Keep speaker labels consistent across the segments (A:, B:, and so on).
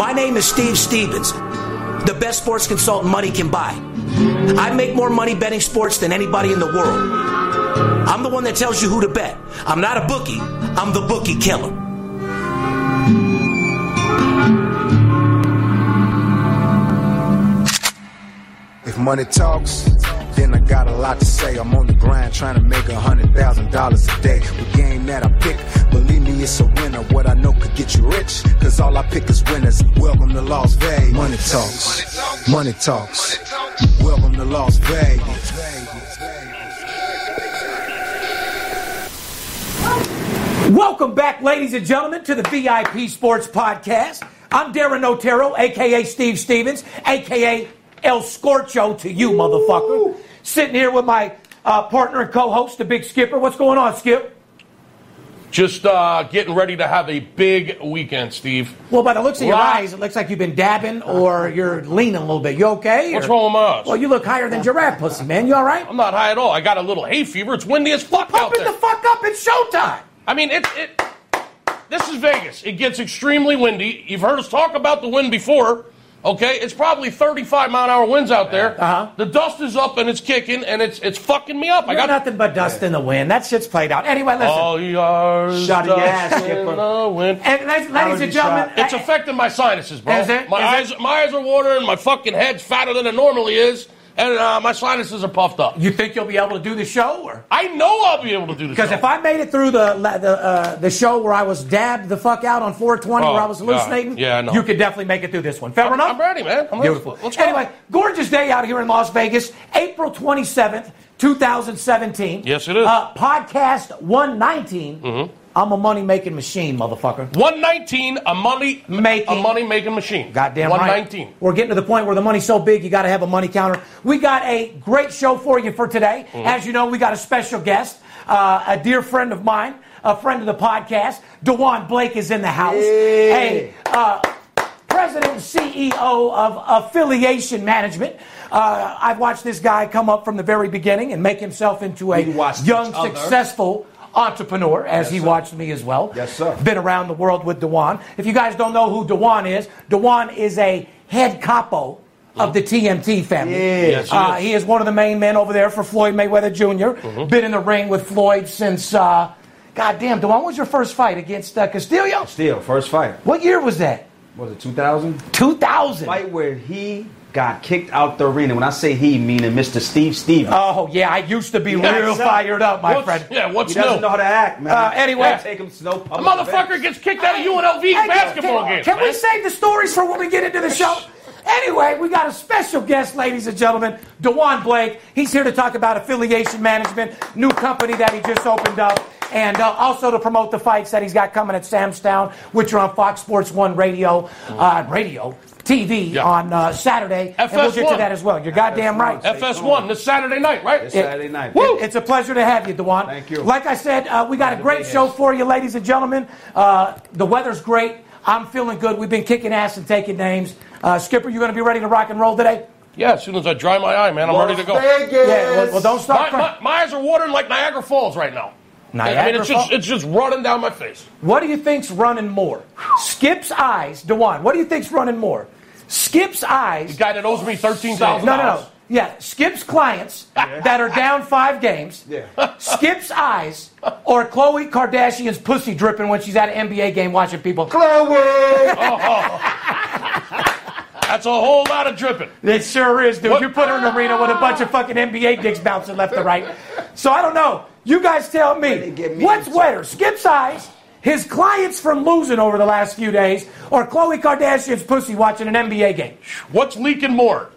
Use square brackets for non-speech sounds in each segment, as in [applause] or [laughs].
A: My name is Steve Stevens, the best sports consultant money can buy. I make more money betting sports than anybody in the world. I'm the one that tells you who to bet. I'm not a bookie, I'm the bookie killer.
B: If money talks, then I got a lot to say. I'm on the grind trying to make a hundred thousand dollars a day. The game that I pick, believe me, it's a winner. What I know could get you rich, cause all I pick is winners. Welcome to Las Vegas. Money talks. Money talks. Welcome to Las Vegas.
A: Welcome back, ladies and gentlemen, to the VIP Sports Podcast. I'm Darren Otero, aka Steve Stevens, aka El Scorcho to you, motherfucker. Sitting here with my uh, partner and co-host, the Big Skipper. What's going on, Skip?
C: Just uh, getting ready to have a big weekend, Steve.
A: Well, by the looks of your
C: Right.
A: eyes, it looks like you've been dabbing or you're leaning a little bit. You okay?
C: What's
A: or-
C: wrong with us?
A: Well, you look higher than giraffe pussy, man. You all right?
C: I'm not high at all. I got a little hay fever. It's windy as fuck out
A: Pump it
C: there.
A: the fuck up. It's showtime.
C: I mean, it, it. This is Vegas. It gets extremely windy. You've heard us talk about the wind before. Okay, it's probably 35 mile an hour winds out there.
A: Uh-huh.
C: The dust is up and it's kicking and it's it's fucking me up. I
A: You're
C: got Oh,
A: nothing but dust in the wind. That shit's played out. Anyway, listen.
C: all yours.
A: Shut your
C: dust
A: ass,
C: in
A: Skipper.
C: the wind.
A: and ladies- ladies and gentlemen, eh,
C: It's
A: I-
C: affecting my sinuses, bro.
A: Is it?
C: My
A: Is
C: eyes, my eyes are watering. My fucking head's fatter than it normally is, and uh, my sinuses are puffed up.
A: You think you'll be able to do the show? Or
C: I know I'll be able to do this.
A: because if I made it through the la- the, uh, the show where I was dabbed the fuck out on 420,
C: Oh,
A: where I was hallucinating,
C: God. Yeah, I know.
A: you could definitely make it through this one. Fair
C: I'm,
A: enough.
C: I'm ready, man. I'm ready.
A: Beautiful.
C: Let's go.
A: anyway, gorgeous day out here in Las Vegas, April 27th, 2017.
C: Yes, it is. Mm-hmm.
A: Uh, podcast 119. I'm a money making machine, motherfucker.
C: 119, a money
A: Making.
C: a money making machine.
A: Goddamn right.
C: 119.
A: We're getting to the point where the money's so big, you got to have a money counter. We got a great show for you for today.
D: Mm-hmm.
A: As you know, we got a special guest, uh, a dear friend of mine, a friend of the podcast. Dewan Blake is in the house. A uh, president and CEO of Affiliation Management. Uh, I've watched this guy come up from the very beginning and make himself into a
D: We watched
A: young,
D: each other.
A: successful entrepreneur, as he watched me as well
D: Yes, sir.
A: been around the world with Dewan. If you guys don't know who Dewan is, Dewan is a head capo of the TMT family.
C: Yes, he
A: Uh,
C: is. Mm-hmm.
A: he is one of the main men over there for Floyd Mayweather junior Been in the ring with Floyd since, uh, goddamn, Dewan, what was your first fight against uh, Castillo?
D: Still, first fight.
A: What year was that?
D: What was it 2000?
A: 2000.
D: Fight where he got kicked out the arena. When I say he, meaning Mr. Steve Stevens.
A: Oh, yeah, I used to be
C: Yeah,
A: real
D: son.
A: fired up, my
C: What's-
A: friend.
C: Yeah, what's
D: he doesn't
C: new?
D: know how to act, man.
A: Uh, anyway.
D: Gotta take him to no
C: the
D: public
C: motherfucker
D: event.
C: gets kicked out of UNLV
A: Hey,
C: basketball
A: can,
C: games.
A: Can we
C: man.
A: save the stories for when we get into the show? Anyway, we got a special guest, ladies and gentlemen, Dewan Blake. He's here to talk about affiliation management, new company that he just opened up, and uh, also to promote the fights that he's got coming at Samstown, which are on Fox Sports One Radio, uh, radio, TV
C: Yeah.
A: on uh, Saturday. And we'll get to
C: FS1.
A: that as well. You're goddamn right.
C: FS1 this Saturday night, right?
D: It's Saturday night.
A: Woo! It's a pleasure to have you, Dewan.
D: Thank you.
A: Like I said, uh, we got a great show for you, ladies and gentlemen. Uh, the weather's great. I'm feeling good. We've been kicking ass and taking names. Uh, Skipper, you going to be ready to rock and roll today?
C: Yeah, as soon as I dry my eye, man, I'm ready to go.
E: Vegas.
A: Yeah, well, well, don't
C: My,
A: stop.
C: my, my eyes are watering like Niagara Falls right now. I mean,
A: Niagara
C: it's just,
A: Falls?
C: it's just running down my face.
A: What do you think's running more? Skip's eyes, Dewan. What do you think's running more? Skip's eyes.
C: The guy that owes me thirteen thousand.
A: No, no, no. Yeah, Skip's clients that are down five games. [laughs] Skip's eyes or Khloe Kardashian's pussy dripping when she's at an NBA game watching people.
E: Chloe.
C: That's a whole lot of dripping.
A: It sure is, dude.
C: What-
A: You put her in an arena with a bunch of fucking NBA dicks bouncing left and right. So I don't know. You guys tell me,
D: get me
A: what's
D: into-
A: wetter, Skip's eyes, his clients from losing over the last few days, or Khloe Kardashian's pussy watching an NBA game?
C: What's leaking more?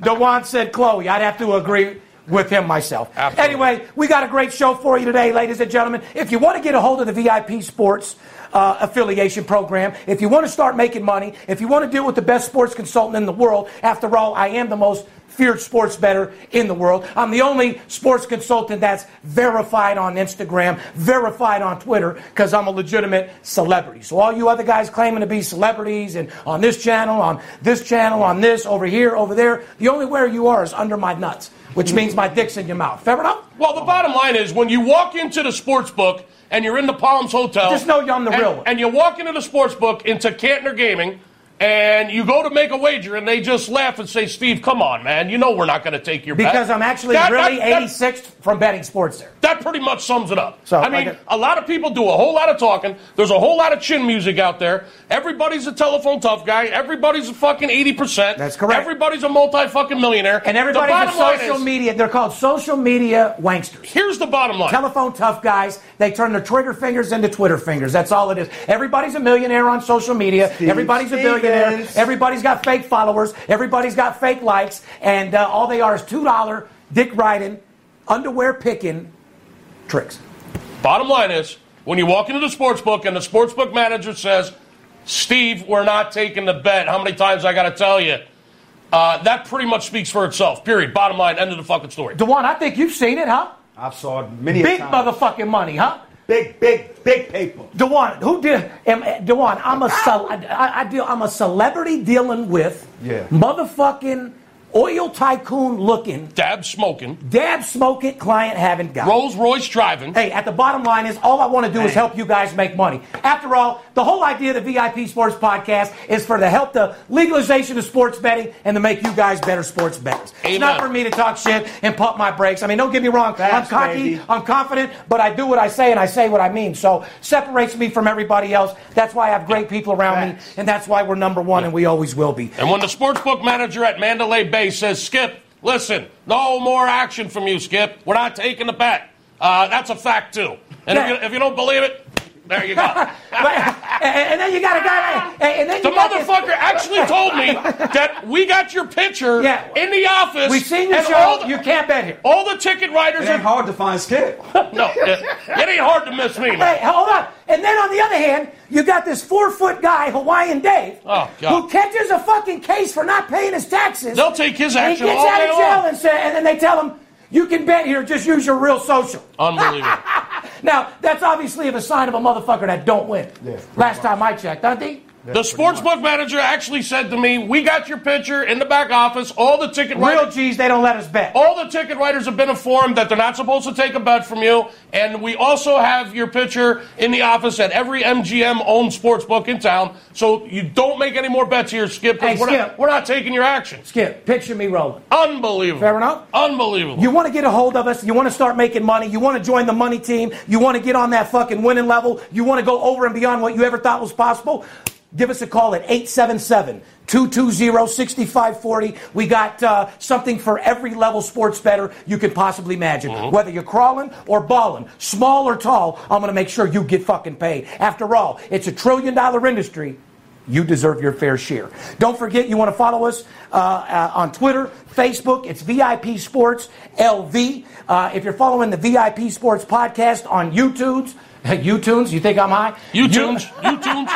A: Dewan said Chloe. I'd have to agree with him myself.
C: Absolutely.
A: Anyway, we got a great show for you today, ladies and gentlemen. If you want to get a hold of the VIP Sports uh, Affiliation Program, if you want to start making money, if you want to deal with the best sports consultant in the world, after all, I am the most feared sports better in the world. I'm the only sports consultant that's verified on Instagram, verified on Twitter, because I'm a legitimate celebrity. So all you other guys claiming to be celebrities and on this channel, on this channel, on this, over here, over there, the only where you are is under my nuts, which means my dick's in your mouth. Fair enough?
C: Well, the bottom line is when you walk into the sports book and you're in the Palms Hotel.
A: Just know I'm the
C: and,
A: real one.
C: And you walk into the sports book into Cantner Gaming and you go to make a wager and they just laugh and say, Steve, come on, man. You know we're not going to take your bet.
A: Because I'm actually
C: That-
A: really
C: that- that-
A: 86th from betting sports there.
C: That pretty much sums it up.
A: So,
C: I mean,
A: I get-
C: a lot of people do a whole lot of talking. There's a whole lot of chin music out there. Everybody's a telephone tough guy. Everybody's a fucking 80%.
A: That's correct.
C: Everybody's a multi fucking millionaire.
A: And
C: The
A: everybody's on
C: bottom line
A: social
C: is-
A: media. They're called social media wanksters.
C: Here's the bottom line.
A: Telephone tough guys. They turn their trigger fingers into Twitter fingers. That's all it is. Everybody's a millionaire on social media. Everybody's a billionaire.
D: Stevens.
A: Everybody's got fake followers. Everybody's got fake likes. And uh, all they are is $2 dick riding, underwear picking tricks.
C: Bottom line is, when you walk into the sports book and the sports book manager says, Steve, we're not taking the bet, how many times I got to tell you? Uh, that pretty much speaks for itself. Period. Bottom line, end of the fucking story.
A: Dewan, I think you've seen it, huh?
D: I've saw it many a
A: Big
D: times.
A: motherfucking money, huh?
D: Big, big, big paper.
A: Dewan, who did? Am, Dewan, I'm a cel- I, I- I deal. I'm a celebrity dealing with
D: Yeah.
A: motherfucking oil tycoon looking,
C: Dab smoking,
A: dab smoking client haven't got.
C: Rolls Royce driving.
A: Hey, at the bottom line is all I want to do is help you guys make money. After all, the whole idea of the VIP Sports Podcast is for the help the legalization of sports betting and to make you guys better sports bettors. It's
C: Amen.
A: not for me to talk shit and pump my brakes. I mean, don't get me wrong.
D: Facts,
A: I'm cocky,
D: baby.
A: I'm confident, but I do what I say and I say what I mean. So separates me from everybody else. That's why I have great people around me,
D: Facts.
A: and that's why we're number one and we always will be.
C: And when the sports book manager at Mandalay Bay says, Skip, listen, no more action from you, Skip. We're not taking the bet. Uh, that's a fact, too. And
A: Yeah.
C: if, you, if you don't believe it, there you
A: [laughs]
C: go. [laughs]
A: But- and, and then you got a guy, and, and then
C: The
A: you got this-
C: motherfucker
A: [laughs]
C: actually told me that we got your picture
A: Yeah.
C: in the office.
A: We've seen your
C: and
A: show.
C: All the,
A: you can't bet here.
C: all the ticket writers
D: It ain't
C: are.
D: hard to find Skip.
C: No, it, it ain't hard to miss me.
A: Hey,
C: Man.
A: hold on. And then on the other hand, you got this four foot guy, Hawaiian Dave,
C: Oh, God.
A: who catches a fucking case for not paying his taxes.
C: They'll take his
A: and he
C: action
A: gets
C: all
A: out
C: day
A: of jail
C: long.
A: and, say, and then they tell him, you can bet here, just use your real social.
C: Uh.
A: [laughs]
C: Unbelievable.
A: Now, that's obviously a sign of a motherfucker that don't win. Last time I checked, aren't they?
C: The sports book manager actually said to me, "We got your picture in the back office. All the Oh. ticket
A: Real
C: writers,
A: G's, they don't let us bet.
C: all the ticket writers have been informed that they're not supposed to take a bet from you, and we also have your picture in the office at every MGM owned sports book in town. So you don't make any more bets here, Skip. 'cause
A: Hey,
C: we're,
A: Skip.
C: Not, we're not taking your action.
A: Skip, picture me rolling.
C: Unbelievable.
A: Fair enough.
C: Unbelievable.
A: You want to get a hold of us. You want to start making money. You want to join the money team. You want to get on that fucking winning level. You want to go over and beyond what you ever thought was possible. Give us a call at 877 220 6540. We got uh, something for every level sports better you can possibly imagine. Whether you're crawling or balling, small or tall, I'm going to make sure you get fucking paid. After all, it's a trillion dollar industry. You deserve your fair share. Don't forget, you want to follow us uh, uh, on Twitter, Facebook. It's VIP Sports LV. Uh, if you're following the VIP Sports podcast on YouTube's, [laughs] YouTunes, you think I'm high?
C: You tunes, you
A: [laughs]
C: tunes.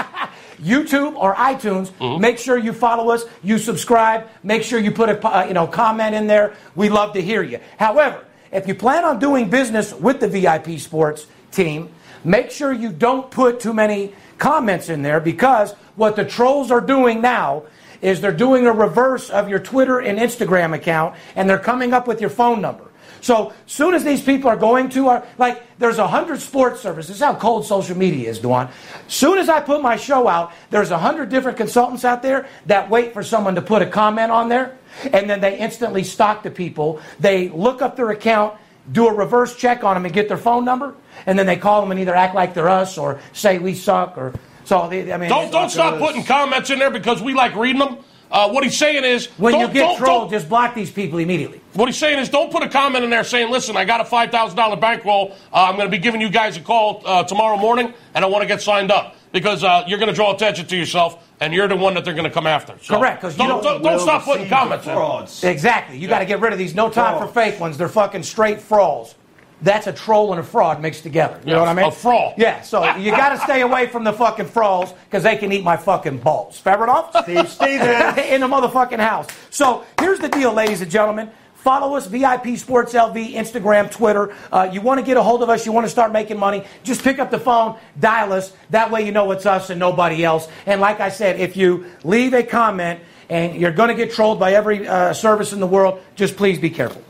A: YouTube or iTunes. Make sure you follow us, you subscribe, make sure you put a uh, you know comment in there. We love to hear you. However, if you plan on doing business with the VIP Sports team, make sure you don't put too many comments in there because what the trolls are doing now is they're doing a reverse of your Twitter and Instagram account, and they're coming up with your phone number. So soon as these people are going to our like there's a hundred sports services. This is how cold social media is, Duan. Soon as I put my show out, there's a hundred different consultants out there that wait for someone to put a comment on there, and then they instantly stalk the people. They look up their account, do a reverse check on them, and get their phone number, and then they call them and either act like they're us or say we suck or so. They, I mean,
C: Don't don't stop putting comments in there because we like reading them. Uh, what he's saying is,
A: When
C: don't,
A: you get
C: don't-
A: trolled,
C: don't-
A: just block these people immediately.
C: what he's saying is, don't put a comment in there saying, "Listen, I got a five thousand dollar bankroll. Uh, I'm going to be giving you guys a call uh, tomorrow morning, and I want to get signed up." Because uh, you're going to draw attention to yourself, and you're the one that they're going to come after. So
A: Correct, 'cause you
C: don't,
A: don't-
C: don't, don't stop
D: Well,
C: putting
D: see,
C: comments in.
D: frauds.
A: Exactly. You got to get rid of these no time for
D: Frauds.
A: fake ones. They're fucking straight frauds. That's a troll and a fraud mixed together. You know
C: Yeah,
A: what I mean?
C: a fraud.
A: Yeah. So you got to stay away from the fucking frauds because they can eat my fucking balls. Fair enough?
D: Steve
A: [laughs]
D: Stevens.
A: in the motherfucking house. So here's the deal, ladies and gentlemen. Follow us, VIP Sports LV, Instagram, Twitter. Uh, you want to get a hold of us, you want to start making money, just pick up the phone, dial us. That way you know it's us and nobody else. And like I said, if you leave a comment and you're going to get trolled by every uh, service in the world, just please be careful.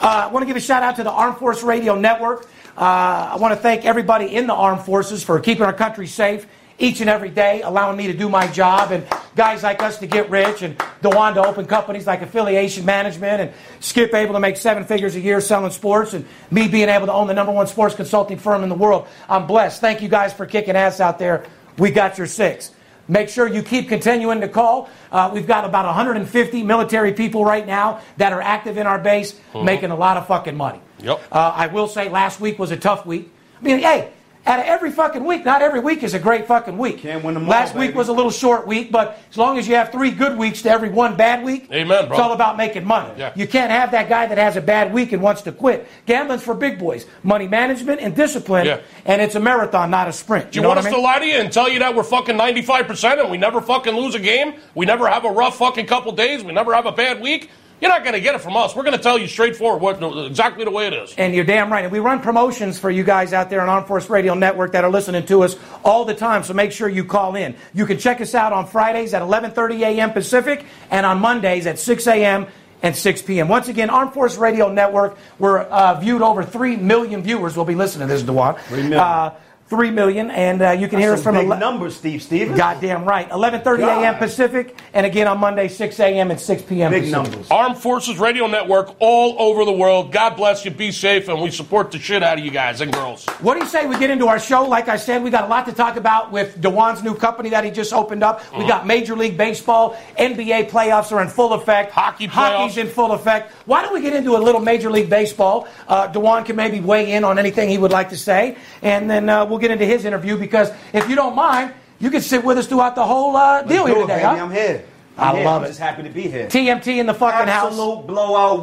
A: Uh, I want to give a shout out to the Armed Force Radio Network. Uh, I want to thank everybody in the Armed Forces for keeping our country safe each and every day, allowing me to do my job, and guys like us to get rich, and DeWan to open companies like Affiliation Management, and Skip able to make seven figures a year selling sports, and me being able to own the number one sports consulting firm in the world. I'm blessed. Thank you guys for kicking ass out there. We got your six. Make sure you keep continuing to call. Uh, we've got about 150 military people right now that are active in our base,
C: Hmm.
A: making a lot of fucking money.
C: Yep.
A: Uh, I will say last week was a tough week. I mean, hey, out of every fucking week, not every week is a great fucking week.
D: Can't win 'em all,
A: Last week
D: baby.
A: was a little short week, but as long as you have three good weeks to every one bad week,
C: Amen, bro.
A: It's all about making money.
C: Yeah.
A: You can't have that guy that has a bad week and wants to quit. Gambling's for big boys. Money management and discipline,
C: Yeah.
A: and it's a marathon, not a sprint.
C: Do you
A: know
C: want
A: what
C: us
A: I mean?
C: to lie to you and tell you that we're fucking 95% and we never fucking lose a game? We never have a rough fucking couple days? We never have a bad week? You're not going to get it from us. We're going to tell you straightforward what, exactly the way it is.
A: And you're damn right. And we run promotions for you guys out there on Armed Force Radio Network that are listening to us all the time. So make sure you call in. You can check us out on Fridays at 11:30 a.m. Pacific and on Mondays at 6 a.m. and 6 p.m. Once again, Armed Force Radio Network. We're uh, viewed over three million viewers. will be listening to this, Dewan. Three
D: million.
A: Uh, three million, and uh, you can hear us from
D: Some big
A: ele-
D: numbers, Steve Stevens.
A: Goddamn right. 11:30 a.m.
D: God.
A: Pacific, and again on Monday 6 a.m. and 6 p.m.
D: big
A: Pacific.
D: numbers.
C: Armed Forces Radio Network all over the world. God bless you. Be safe. And we support the shit out of you guys and girls.
A: What do you say we get into our show? Like I said, we got a lot to talk about with Dewan's new company that he just opened up. We
C: Uh-huh.
A: got Major League Baseball, NBA playoffs are in full effect.
C: Hockey
A: Hockey's
C: playoffs.
A: in full effect. Why don't we get into a little Major League Baseball? Uh, Dewan can maybe weigh in on anything he would like to say, and then uh, we'll get into his interview because if you don't mind, you can sit with us throughout the whole uh, deal
D: Do
A: here
D: it,
A: today.
D: baby.
A: huh?
D: I'm here. I'm
A: I
D: here.
A: love
D: I'm
A: it.
D: Just happy to be here.
A: TMT in the fucking house.
D: Absolute blowout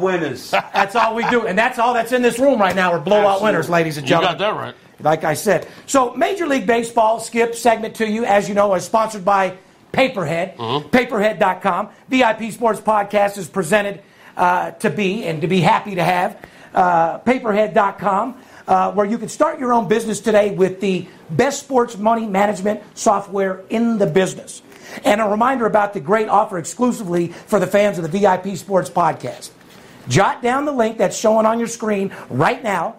A: [laughs]
D: winners.
A: That's all we do, and that's all that's in this room right now. We're blowout
D: Absolutely.
A: winners, ladies and
C: You
A: gentlemen.
C: got that right.
A: like I said. So, Major League Baseball skip segment to you, as you know, is sponsored by Paperhead, paperhead.com. VIP Sports Podcast is presented uh, to be and to be happy to have uh, paperhead.com, uh, where you can start your own business today with the best sports money management software in the business. And a reminder about the great offer exclusively for the fans of the VIP Sports Podcast. Jot down the link that's showing on your screen right now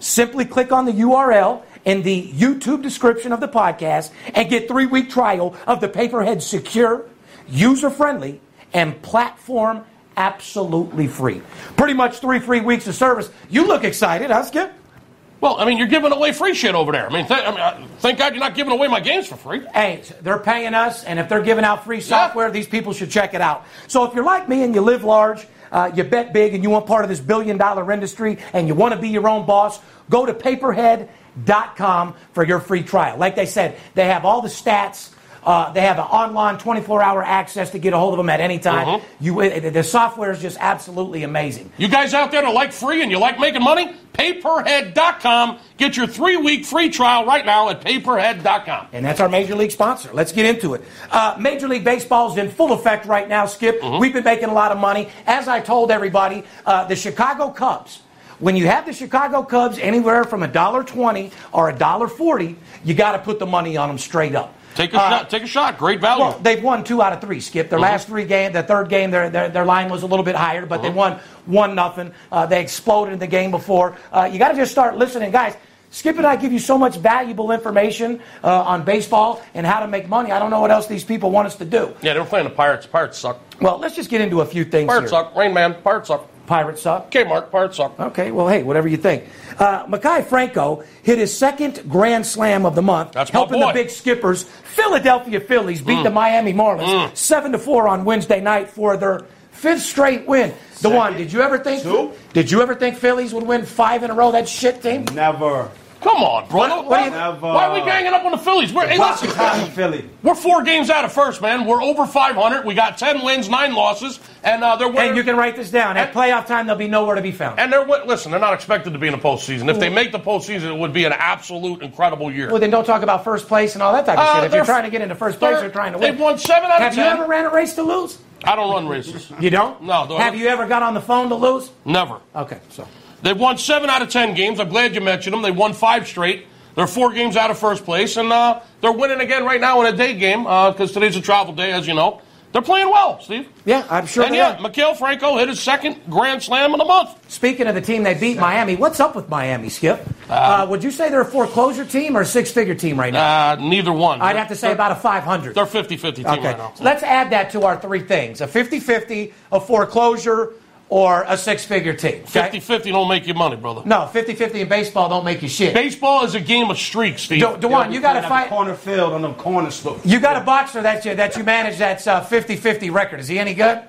A: Simply click on the URL in the YouTube description of the podcast and get three week trial of the Paperhead secure, user friendly, and platform absolutely free. Pretty much three free weeks of service. You look excited, huh, Skip?
C: Well, I mean, you're giving away free shit over there. I mean, th- I mean I, thank God you're not giving away my games for free.
A: Hey, they're paying us, and if they're giving out free software, these people should check it out. So if you're like me and you live large, uh, you bet big, and you want part of this billion dollar industry, and you want to be your own boss, go to paperhead.com for your free trial. Like they said, they have all the stats. Uh, they have an online 24 hour access to get a hold of them at any time. You, uh, the software is just absolutely amazing.
C: You guys out there that like free and you like making money? Paperhead.com. Get your three week free trial right now at paperhead.com.
A: And that's our Major League sponsor. Let's get into it. Uh, Major League Baseball is in full effect right now, Skip. We've been making a lot of money. As I told everybody, uh, the Chicago Cubs. When you have the Chicago Cubs anywhere from $1.20 or $1.40, you got to put the money on them straight up.
C: Take a shot. Take a shot. Great value.
A: Uh, Well, they've won two out of three. Skip their
C: Uh-huh.
A: last three game. The third game, their their, their line was a little bit higher, but they
C: Uh-huh.
A: won one nothing. Uh, they exploded in the game before. Uh, you got to just start listening, guys. Skip and I give you so much valuable information uh, on baseball and how to make money. I don't know what else these people want us to do.
C: yeah, they were playing the Pirates. Pirates suck.
A: Well, let's just get into a few things.
C: Pirates
A: here.
C: suck. Rain Man. Pirates suck.
A: Pirates up.
C: Kmart. Pirates suck.
A: Okay, well, hey, whatever you think. Uh, Makai Franco hit his second Grand Slam of the month,
C: That's my
A: helping
C: boy.
A: the big skippers. Philadelphia Phillies beat the Miami Marlins seven to four on Wednesday night for their fifth straight win. The one, did you ever think?
D: Two.
A: Did you ever think Phillies would win five in a row? That shit team.
D: Never.
C: Come on, bro.
A: What- what do you-
C: why, why
A: uh,
C: are we ganging up on the Phillies? We're, hey, listen,
D: Tommy Philly.
C: we're four games out of first, man. We're over 500. We got 10 wins, nine losses, and uh, they're winning.
A: And you can write this down. At
C: And-
A: playoff time, they'll be nowhere to be found.
C: And they're win- listen. They're not expected to be in the postseason. If they make the postseason, it would be an absolute incredible year.
A: well, then don't talk about first place and all that type of
C: Uh,
A: shit. If you're
C: they're-
A: trying to get into first place,
C: they're-
A: you're trying to win.
C: they've won seven out of
A: Have you
C: 10.
A: ever ran a race to lose?
C: I don't run races.
A: You don't?
C: No, do I-
A: Have you ever got on the phone to lose?
C: Never.
A: Okay, so.
C: They've won seven out of ten games. I'm glad you mentioned them. They won five straight. They're four games out of first place, and uh, they're winning again right now in a day game because today's a travel day, as you know. They're playing well, Steve.
A: Yeah, I'm sure
C: and
A: they
C: yeah,
A: are.
C: Mikhail Franco hit his second grand slam in a month.
A: Speaking of the team they beat, Miami, what's up with Miami, Skip? Uh, would you say they're a foreclosure team or a six figure team right now?
C: Uh, neither one.
A: I'd have to say about a 500.
C: they're 50-50 team
A: okay,
C: right now.
A: so let's add that to our three things a 50 50, a foreclosure, or a six figure team. okay?
C: 50-50 don't make you money, brother.
A: No, 50 50 in baseball don't make you shit.
C: Baseball is a game of streaks, Steve.
A: D- Dewan, you got to fight.
D: corner field on the corner store.
A: You got a boxer that you, that you manage that's 50 50 record. Is he any good?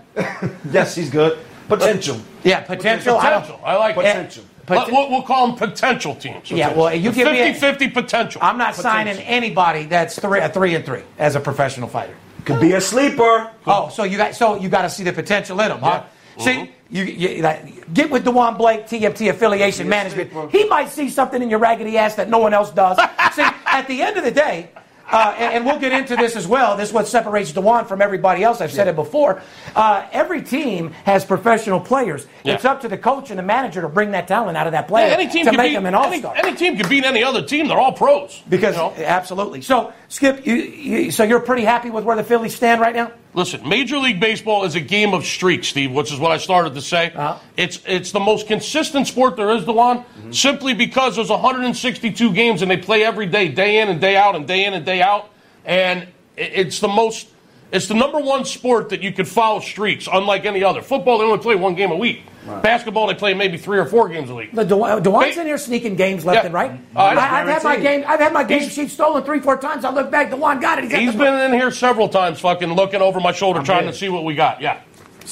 D: Yes, he's good. Potential.
A: Yeah, potential. I don't-
C: potential. I, like it.
D: Potential.
A: Pot-
C: we'll, we'll call them potential teams.
A: Yeah, well, you give me a-
C: 50-50 potential.
A: I'm not signing anybody that's three, a three and three as a professional fighter.
D: Could be a sleeper.
A: Oh, so you got so you got to see the potential in him, huh? See,
C: Mm-hmm.
A: you, you that, get with Dewan Blake, TMT affiliation management. He might see something in your raggedy ass that no one else
C: [laughs]
A: does. see, at the end of the day, uh, and, and we'll get into this as well. This is what separates Dewan from everybody else. I've said it before. Uh, every team has professional players.
C: Yeah.
A: It's up to the coach and the manager to bring that talent out of that player
C: Yeah, any team
A: to
C: can
A: make
C: beat,
A: him an all
C: any,
A: star.
C: any team can beat any other team. They're all pros.
A: Because
C: you know?
A: absolutely. So Skip, you, you, so you're pretty happy with where the Phillies stand right now?
C: Listen, Major League Baseball is a game of streaks, Steve, which is what I started to say.
A: Uh-huh. Mm-hmm.
C: It's it's the most consistent sport there is, Dewan, simply because there's 162 games and they play every day, day in and day out, and day in and day out, and i- it's the most. It's the number one sport that you can follow streaks, unlike any other. Football, they only play one game a week. Basketball, they play maybe three or four games a week.
A: The Dew- Dewan's
C: Hey.
A: in here sneaking games left
C: Yeah.
A: and right.
C: Uh,
A: I, have had my
D: guaranteed.
A: game. I've had my game
C: He's-
A: sheet stolen three, four times. I look back. Dewan got it. He's, at
C: He's
A: the-
C: been in here several times, fucking looking over my shoulder, trying
D: in.
C: to see what we got. Yeah.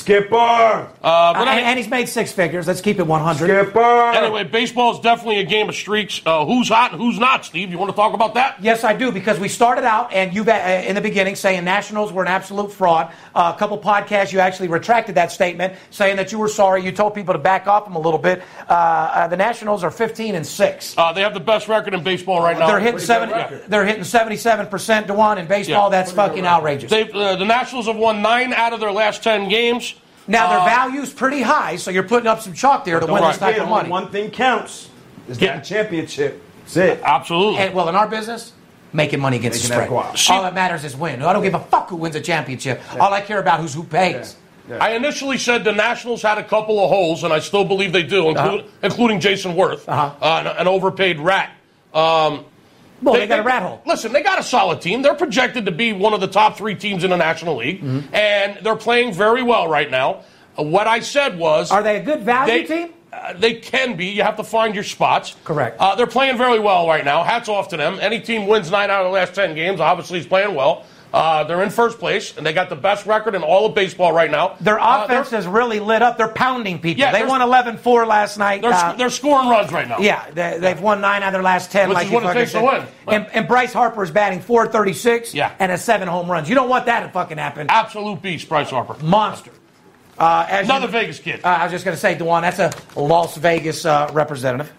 D: Skipper.
C: Uh,
A: Uh,
C: but
A: and,
C: any-
A: and he's made six figures. Let's keep it 100.
D: Skipper.
C: anyway, baseball is definitely a game of streaks. Uh, who's hot and who's not, Steve? You want to talk about that?
A: Yes, I do, because we started out, and you uh, in the beginning saying Nationals were an absolute fraud. Uh, a couple podcasts, you actually retracted that statement, saying that you were sorry. You told people to back off them a little bit. Uh, uh, the Nationals are 15 and 6.
C: Uh, they have the best record in baseball right now.
A: they're hitting seventy. They're hitting seventy-seven percent. Dewan in baseball,
C: Yeah.
A: that's fucking outrageous.
C: They, uh, the Nationals have won nine out of their last ten games.
A: now
C: Uh,
A: their value's pretty high, so you're putting up some chalk there to win this
C: right.
A: type
D: Yeah,
A: of money.
D: only One thing counts. It's
C: Yeah. Uh,
D: the championship. That's it.
C: Absolutely.
A: And well, in our business, making money against
D: Making that
A: the
D: guap.
A: spread. All that matters is win. I don't give a fuck who wins a championship. All I care about is who pays.
C: I initially said the Nationals had a couple of holes, and I still believe they do, inclu- including Jason Worth,
A: Uh-huh.
C: uh, an, an overpaid rat.
A: Well, Oh, they, got a rat hole.
C: Listen, they got a solid team. They're projected to be one of the top three teams in the National League,
A: Mm-hmm.
C: and they're playing very well right now. Uh, What I said was,
A: Are they a good value
C: they,
A: team?
C: uh, they can be. You have to find your spots.
A: Correct.
C: Uh, they're playing very well right now. Hats off to them. Any team wins nine out of the last ten games, obviously, is playing well. Uh, they're in first place, and they got the best record in all of baseball right now.
A: Their
C: Uh, they're-
A: offense is really lit up. They're pounding people.
C: Yeah,
A: they
C: they're-
A: won 11-4 last night.
C: they're,
A: Uh,
C: they're scoring runs right now.
A: Yeah, they, they've won nine out of their last ten.
C: Which
A: like
C: is
A: you
C: what it
A: fucking
C: takes to
A: said.
C: win.
A: And, and Bryce Harper is batting 436
C: Yeah. Ah.
A: and has seven home runs. You don't want that to fucking happen.
C: Absolute beast, Bryce Harper.
A: Monster. Uh, as you-
C: Another Vegas kid.
A: Uh, I was just going to say, Dewan, that's a Las Vegas uh, representative.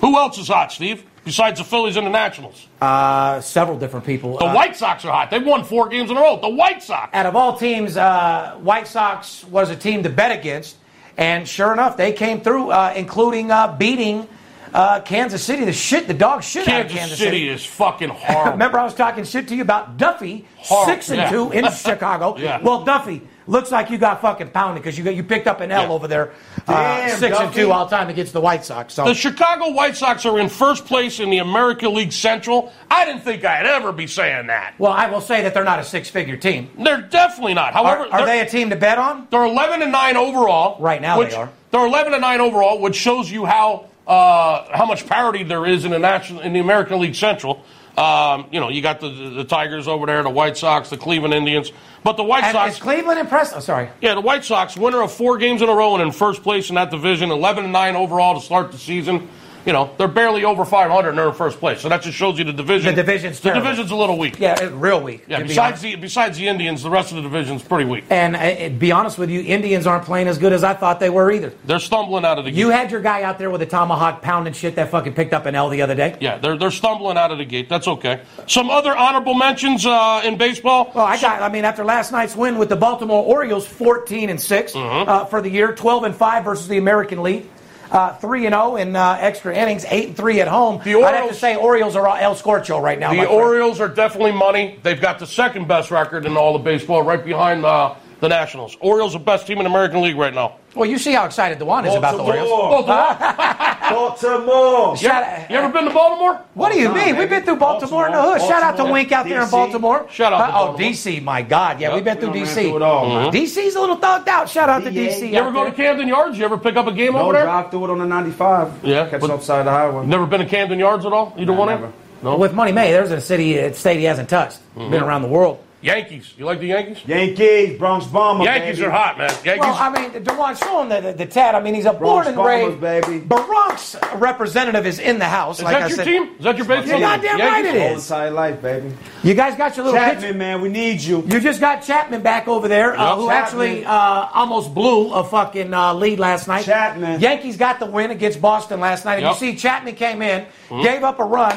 C: Who else is hot, Steve? Besides the Phillies and the Nationals,
A: Uh, several different people.
C: the
A: Uh,
C: White Sox are hot. They've won four games in a row. The White Sox.
A: out of all teams, uh, White Sox was a team to bet against, and sure enough, they came through, uh, including uh, beating Uh, Kansas City, the shit, the dog shit out of
C: Kansas,
A: Kansas
C: City is fucking horrible.
A: [laughs] Remember, I was talking shit to you about Duffy,
C: Horrible,
A: six and
C: yeah.
A: two
C: [laughs]
A: in Chicago.
C: Yeah.
A: Well, Duffy looks like you got fucking pounded because you got, you picked up an L
C: Yeah.
A: over there,
D: Damn,
A: uh, six and
D: Duffy.
A: two all time against the White Sox. So
C: The Chicago White Sox are in first place in the American League Central. I didn't think I'd ever be saying that.
A: Well, I will say that they're not a six-figure team.
C: They're definitely not. However,
A: Are, are they
C: they're,
A: a team to bet on?
C: they are 11 and 9 overall.
A: Right now
C: which,
A: they are.
C: They're 11 and 9 overall, which shows you how uh, how much parity there is in the national in the American League Central. Um, you know, you got the, the the Tigers over there, the White Sox, the Cleveland Indians, but the White
A: And
C: Sox
A: is Cleveland impressed? Oh, sorry.
C: Yeah, the White Sox, winner of four games in a row and in first place in that division, 11 and 9 overall to start the season. You know, they're barely over 500 and they're in first place. So that just shows you the division.
A: The division's
C: The
A: terrible.
C: division's a little weak.
A: Yeah, it's real weak.
C: Yeah,
A: to be
C: besides
A: honest.
C: the besides the Indians, the rest of the division's pretty weak.
A: and uh, uh, be honest with you, Indians aren't playing as good as I thought they were either.
C: They're stumbling out of the
A: You
C: gate.
A: had your guy out there with a tomahawk pounding shit that fucking picked up an L the other day.
C: yeah, they're they're stumbling out of the gate. That's okay. Some other honorable mentions uh, in baseball.
A: Well, I got. I mean, after last night's win with the Baltimore Orioles, fourteen and 6
C: Mm-hmm.
A: uh, for the year, twelve and five versus the American League, uh, three and zero in uh, extra innings, eight and three at home.
C: The Orioles-
A: I'd have to say Orioles are El Scorcho right now. my
C: The
A: friend.
C: Orioles are definitely money. They've got the second best record in all of baseball, right behind uh, the Nationals. Orioles are the best team in the American League right now.
A: Well, you see how excited Dewan is about the
D: Baltimore.
A: Orioles.
C: [laughs]
D: Baltimore.
A: Shout out-
C: You ever been to Baltimore?
A: What do you mean? We've been through Baltimore, and the hood. Shout out to
D: Baltimore,
A: Wink out there in
D: DC.
A: Baltimore.
C: Shout out to
A: Uh, oh,
C: Baltimore.
A: DC, my God. Yeah,
C: Yep,
A: we've been
D: we
A: through
D: done ran
A: DC.
D: through it all,
C: Mm-hmm.
D: man.
A: DC's a little thugged out. Shout out to
D: Yeah.
A: DC.
C: You
A: out
C: ever go to
A: there.
C: Camden Yards? You ever pick up a game
D: No,
C: over there?
D: drive through it on the 95.
C: Yeah,
D: Catch
C: but-
D: up side of the highway.
C: Never been to Camden Yards at all? Either
D: Nah,
C: one
D: never.
C: of No.
A: With Money May, there's a city, a state he hasn't touched. Been around the world.
C: Yankees. You like the Yankees?
D: Yankees, Bronx Bomber.
C: Yankees
D: baby.
C: are hot, man. Yankees.
A: Well, I mean, DeWan, show him the, the, the tat. I mean, he's a born
D: Bronx
A: and raised.
D: Bombers, baby.
A: Bronx representative is in the house.
C: is
A: like
C: that
A: I
C: your
A: said.
C: team? Is that your baseball
A: You're
C: team?
A: goddamn right it
C: Yankees?
D: Whole
A: is.
D: entire life, baby.
A: You guys got your little picture.
D: Chapman, man, we need you.
A: You just got Chapman back over there, uh,
C: Yup.
A: who
D: Chapman.
A: actually uh, almost blew a fucking uh, lead last night.
D: Chapman.
A: Yankees got the win against Boston last night. And
C: Yup.
A: you see, Chapman came in,
C: Mm-hmm.
A: gave up a run,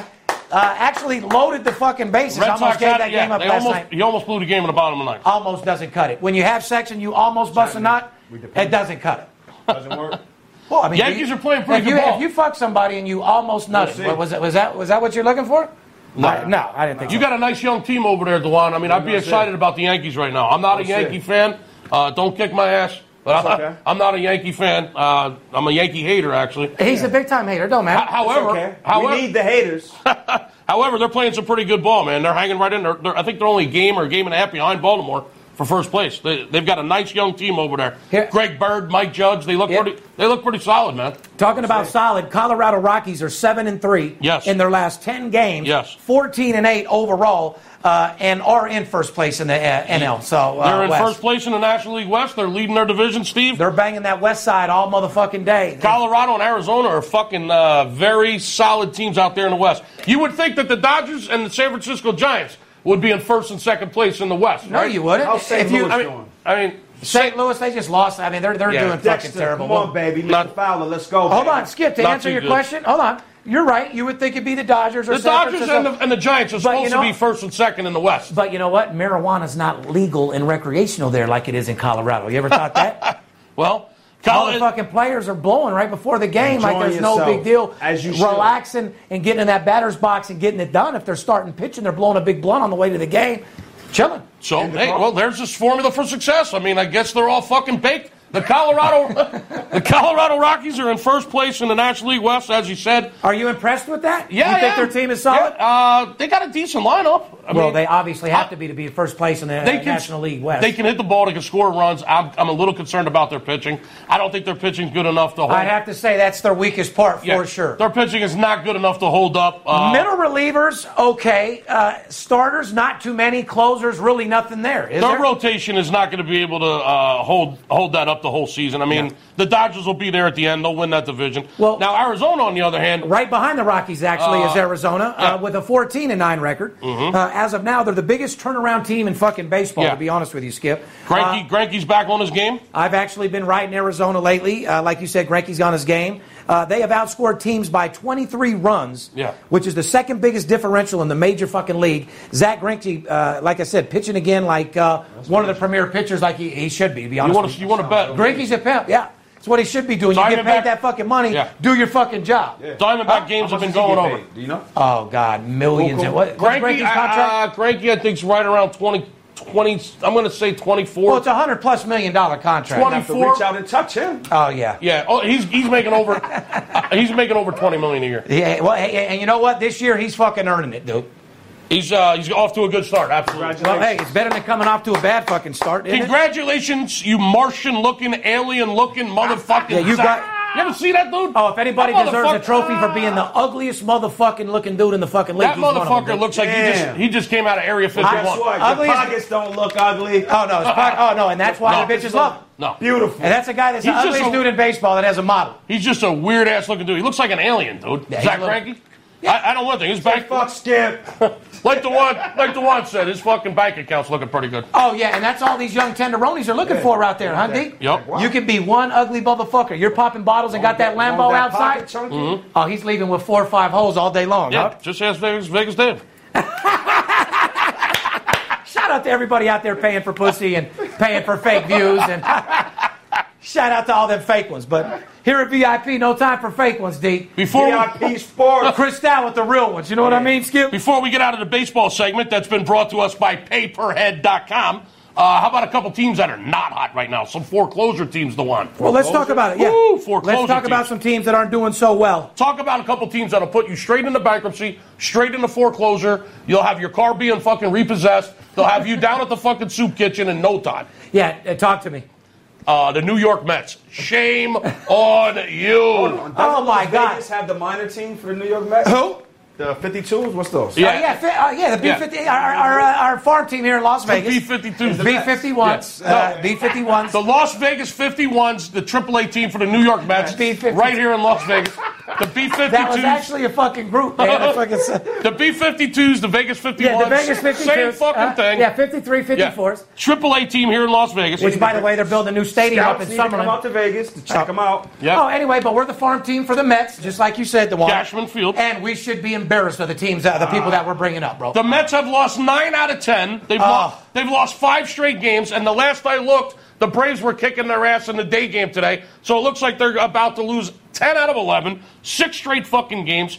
A: uh, actually loaded the fucking bases.
C: Red
A: almost
C: Sox
A: gave
C: had-
A: that
C: yeah,
A: game up
C: they
A: last
C: almost,
A: night.
C: He almost blew the game in the bottom of the ninth.
A: Almost doesn't cut it. When you have sex and you almost bust a nut,
D: we depend-
A: it doesn't cut it.
D: Doesn't work.
A: Well, I mean,
C: Yankees
A: you-
C: are playing pretty
A: if
C: good
A: you,
C: ball.
A: If you fuck somebody and you almost nutted,
D: We'll see.
A: was, it, was that was that what you're looking for? No, I, no, I didn't think
C: [laughs] You
A: so.
C: got a nice young team over there, Dewan. I mean, I'd be
D: That's
C: excited
D: it.
C: about the Yankees right now. I'm not a
D: That's
C: Yankee
D: it.
C: fan. Uh, don't kick my ass. But I'm,
D: That's okay.
C: [laughs] I'm not a Yankee fan. Uh, I'm a Yankee hater, actually.
A: He's a big time hater. Don't matter.
C: However,
D: Okay.
C: however,
D: we need the haters.
C: However, they're playing some pretty good ball, man. They're hanging right in. They're, they're, I think they're only a game or a game and a half behind Baltimore for first place. They, they've got a nice young team over there.
A: Here-
C: Greg Bird, Mike Judge. They look
A: Yeah.
C: pretty. They look pretty solid, man.
A: Talking about solid, Colorado Rockies are seven and three
C: Yes.
A: in their last ten games.
C: Yes.
A: fourteen and eight overall, uh, and are in first place in the uh, NL. So uh,
C: They're in
A: West.
C: first place in the National League West. They're leading their division, Steve.
A: They're banging that West Side all motherfucking day.
C: Colorado and Arizona are fucking uh, very solid teams out there in the West. You would think that the Dodgers and the San Francisco Giants would be in first and second place in the West.
A: no,
C: right?
A: you wouldn't.
D: How's St.
A: If you,
D: Louis
C: I mean,
D: doing?
C: I mean,
A: St. Louis, they just lost. I mean, they're they're
C: Yeah.
A: doing
D: Dexter,
A: fucking terrible.
D: Come on, baby. Mr.
C: Not-
D: Fowler, let's go.
A: Hold
D: baby.
A: on, Skip. To
C: Not
A: answer
C: too
A: your
C: good.
A: question, hold on. You're right. You would think it'd be the Dodgers or
C: the
A: San
C: Dodgers
A: Francisco.
C: and the, and the Giants are
A: But
C: supposed
A: you
C: to
A: know-
C: be first and second in the West.
A: But you know what? Marijuana's not legal and recreational there like it is in Colorado. You ever thought
C: [laughs]
A: that?
C: Well,
A: All the
C: Colorado.
A: fucking players are blowing right before the game like
D: Enjoying
A: there's no
D: yourself,
A: big deal.
D: as you should.
A: Relaxing and getting in that batter's box and getting it done. If they're starting pitching, they're blowing a big blunt on the way to the game. Chilling.
C: So, hey, well, there's this formula for success. I mean, I guess they're all fucking baked.
A: [laughs]
C: The Colorado, the Colorado Rockies are in first place in the National League West, as you said.
A: Are you impressed with that?
C: Yeah,
A: You think
C: yeah.
A: their team is solid?
C: Yeah, uh, they got a decent lineup. I
A: well,
C: mean,
A: they obviously have
C: I-
A: to be to be first place in the
C: they
A: uh, National League West.
C: They can hit the ball. They can score runs. I'm, I'm a little concerned about their pitching. I don't think their pitching's good enough to hold.
A: I'd have to say that's their weakest part for
C: Yeah,
A: sure.
C: Their pitching is not good enough to hold up. Uh,
A: Middle relievers, okay. Uh, starters, not too many. Closers, really nothing there. Is
C: Their
A: there?
C: rotation is not going to be able to uh, hold hold that up the whole season. I mean, the Dodgers will be there at the end. They'll win that division.
A: Well-
C: now Arizona, on the other hand,
A: Right behind the Rockies, actually, is Arizona
C: yeah. Mm-hmm.
A: uh, with a 14 and 9 record. Uh, as of now, they're the biggest turnaround team in fucking baseball,
C: Yeah.
A: to be honest with you, Skip.
C: Granky,
A: Uh,
C: Granky's back on his game.
A: I've actually been right in Arizona lately. Uh, like you said, Granky's on his game. Uh, they have outscored teams by 23 runs,
C: Yeah.
A: which is the second biggest differential in the major fucking league. Zach Greinke, uh, like I said, pitching again like uh, one of the premier pitchers, like he, he should be. To be
C: You
A: honest,
C: want
A: with
C: to you want to bet?
A: Greinke's a pimp, yeah. It's what he should be doing. You get
C: Diamondback-
A: paid that fucking money,
C: Yeah.
A: do your fucking job.
C: Diamondback games have been going over.
D: Do you know?
A: Oh God, millions.
D: Cool,
A: and
D: cool.
A: What, what's
C: Granky,
A: Granky's
C: I,
A: contract?
C: uh, Granky, I think's right around 20, 20 I'm going to say 24.
A: well, it's a hundred plus million dollar contract.
C: 20
D: Have to
C: Before-
D: reach out and touch him.
A: Oh yeah.
C: yeah, oh, he's he's making over [laughs] uh, he's making over 20 million a year.
A: Yeah, well, hey, hey, and you know what? This year he's fucking earning it, dude.
C: He's uh, he's off to a good start. Absolutely.
A: Well, hey, it's better than coming off to a bad fucking start. Isn't it?
C: Congratulations, you Martian-looking, alien-looking motherfucking.
A: Yeah, you
C: sack.
A: got-
C: You ever see that dude?
A: Oh, if anybody
C: That
A: deserves a
C: motherfucker-
A: trophy for being the ugliest motherfucking looking dude in the fucking league,
C: that
A: he's one of them,
C: motherfucker
A: dude.
C: looks like he just
D: Damn.
C: he just came out of Area 51.
D: Guess what?
A: Ugly
D: Your
A: as-
D: pockets don't look ugly.
A: Oh no, it's probably, oh no, and that's why
C: No.
A: the bitches love him.
C: No,
D: Beautiful.
A: And that's a guy that's
C: He's
A: the
C: just
A: ugliest
C: a-
A: dude in baseball that has a model.
C: he's just a weird-ass-looking dude. He looks like an alien, dude.
A: Yeah, he's
C: Is that
A: a little-
C: cranky? I, I don't want thing. His bank,
D: Fuck Skip.
C: like the one, like the one said, his fucking bank account's looking pretty good.
A: Oh yeah, and that's all these young tenderonis are looking for out there, huh, D?
C: Yup.
A: You can be one ugly motherfucker. You're popping bottles and got that Lambo
D: Want that
A: outside.
D: pocket chunky?
A: Oh, he's leaving with four or five holes all day long.
C: Yeah,
A: Huh?
C: just ask Vegas, Vegas Dave.
A: Shout out to everybody out there paying for pussy and paying for fake views and [laughs] shout out to all them fake ones. But here at VIP, no time for fake ones, D.
C: Before we-
D: VIP Sports.
A: Chris Dow with the real ones. You know what I mean, Skip?
C: Before we get out of the baseball segment that's been brought to us by paperhead.com, uh, how about a couple teams that are not hot right now? Some foreclosure teams, the one.
A: Well, let's talk about it. Yeah,
C: Woo,
A: let's
C: foreclosure
A: talk about
C: teams.
A: some teams that aren't doing so well.
C: Talk about a couple teams that'll put you straight into bankruptcy, straight into foreclosure. You'll have your car being fucking repossessed. They'll have you down at the fucking soup kitchen in no time.
A: Yeah, uh, talk to me.
C: Uh, the New York Mets. Shame on you.
A: Oh, my God.
D: Vegas have the minor team for the New York Mets.
A: Who?
D: The 52s. What's those?
A: Oh, yeah, fi- uh, yeah, the B
C: Yeah.
A: fifty, our, our, uh, our farm team here in Las Vegas.
C: B-52s.
A: B fifty ones, Uh, B fifty ones.
C: The Las Vegas 51s, the AAA team for the New York Mets,
A: B-52s.
C: right here in Las Vegas. The B-52s.
A: That was actually a fucking group. Man. That's like a s-
C: The B 52s, the Vegas 51s.
A: yeah, the Vegas fifty two.
C: Same fucking thing.
A: Yeah, 53,
C: Yeah.
A: 54s.
C: Triple A team here in Las Vegas.
A: Which, by the way, they're building a new stadium
D: Scouts
A: up in
D: need to come out
A: Summerlin.
D: to Vegas to check them out.
C: Yeah.
A: Oh, anyway, but we're the farm team for the Mets, just like you said, the one.
C: Cashman Field.
A: And we should be embarrassed of the teams, uh, the people that we're bringing up, bro.
C: the Mets have lost nine out of ten. They've,
A: Ah.
C: lost, they've lost five straight games, and the last I looked, the Braves were kicking their ass in the day game today. So it looks like they're about to lose 10 out of 11, six straight fucking games.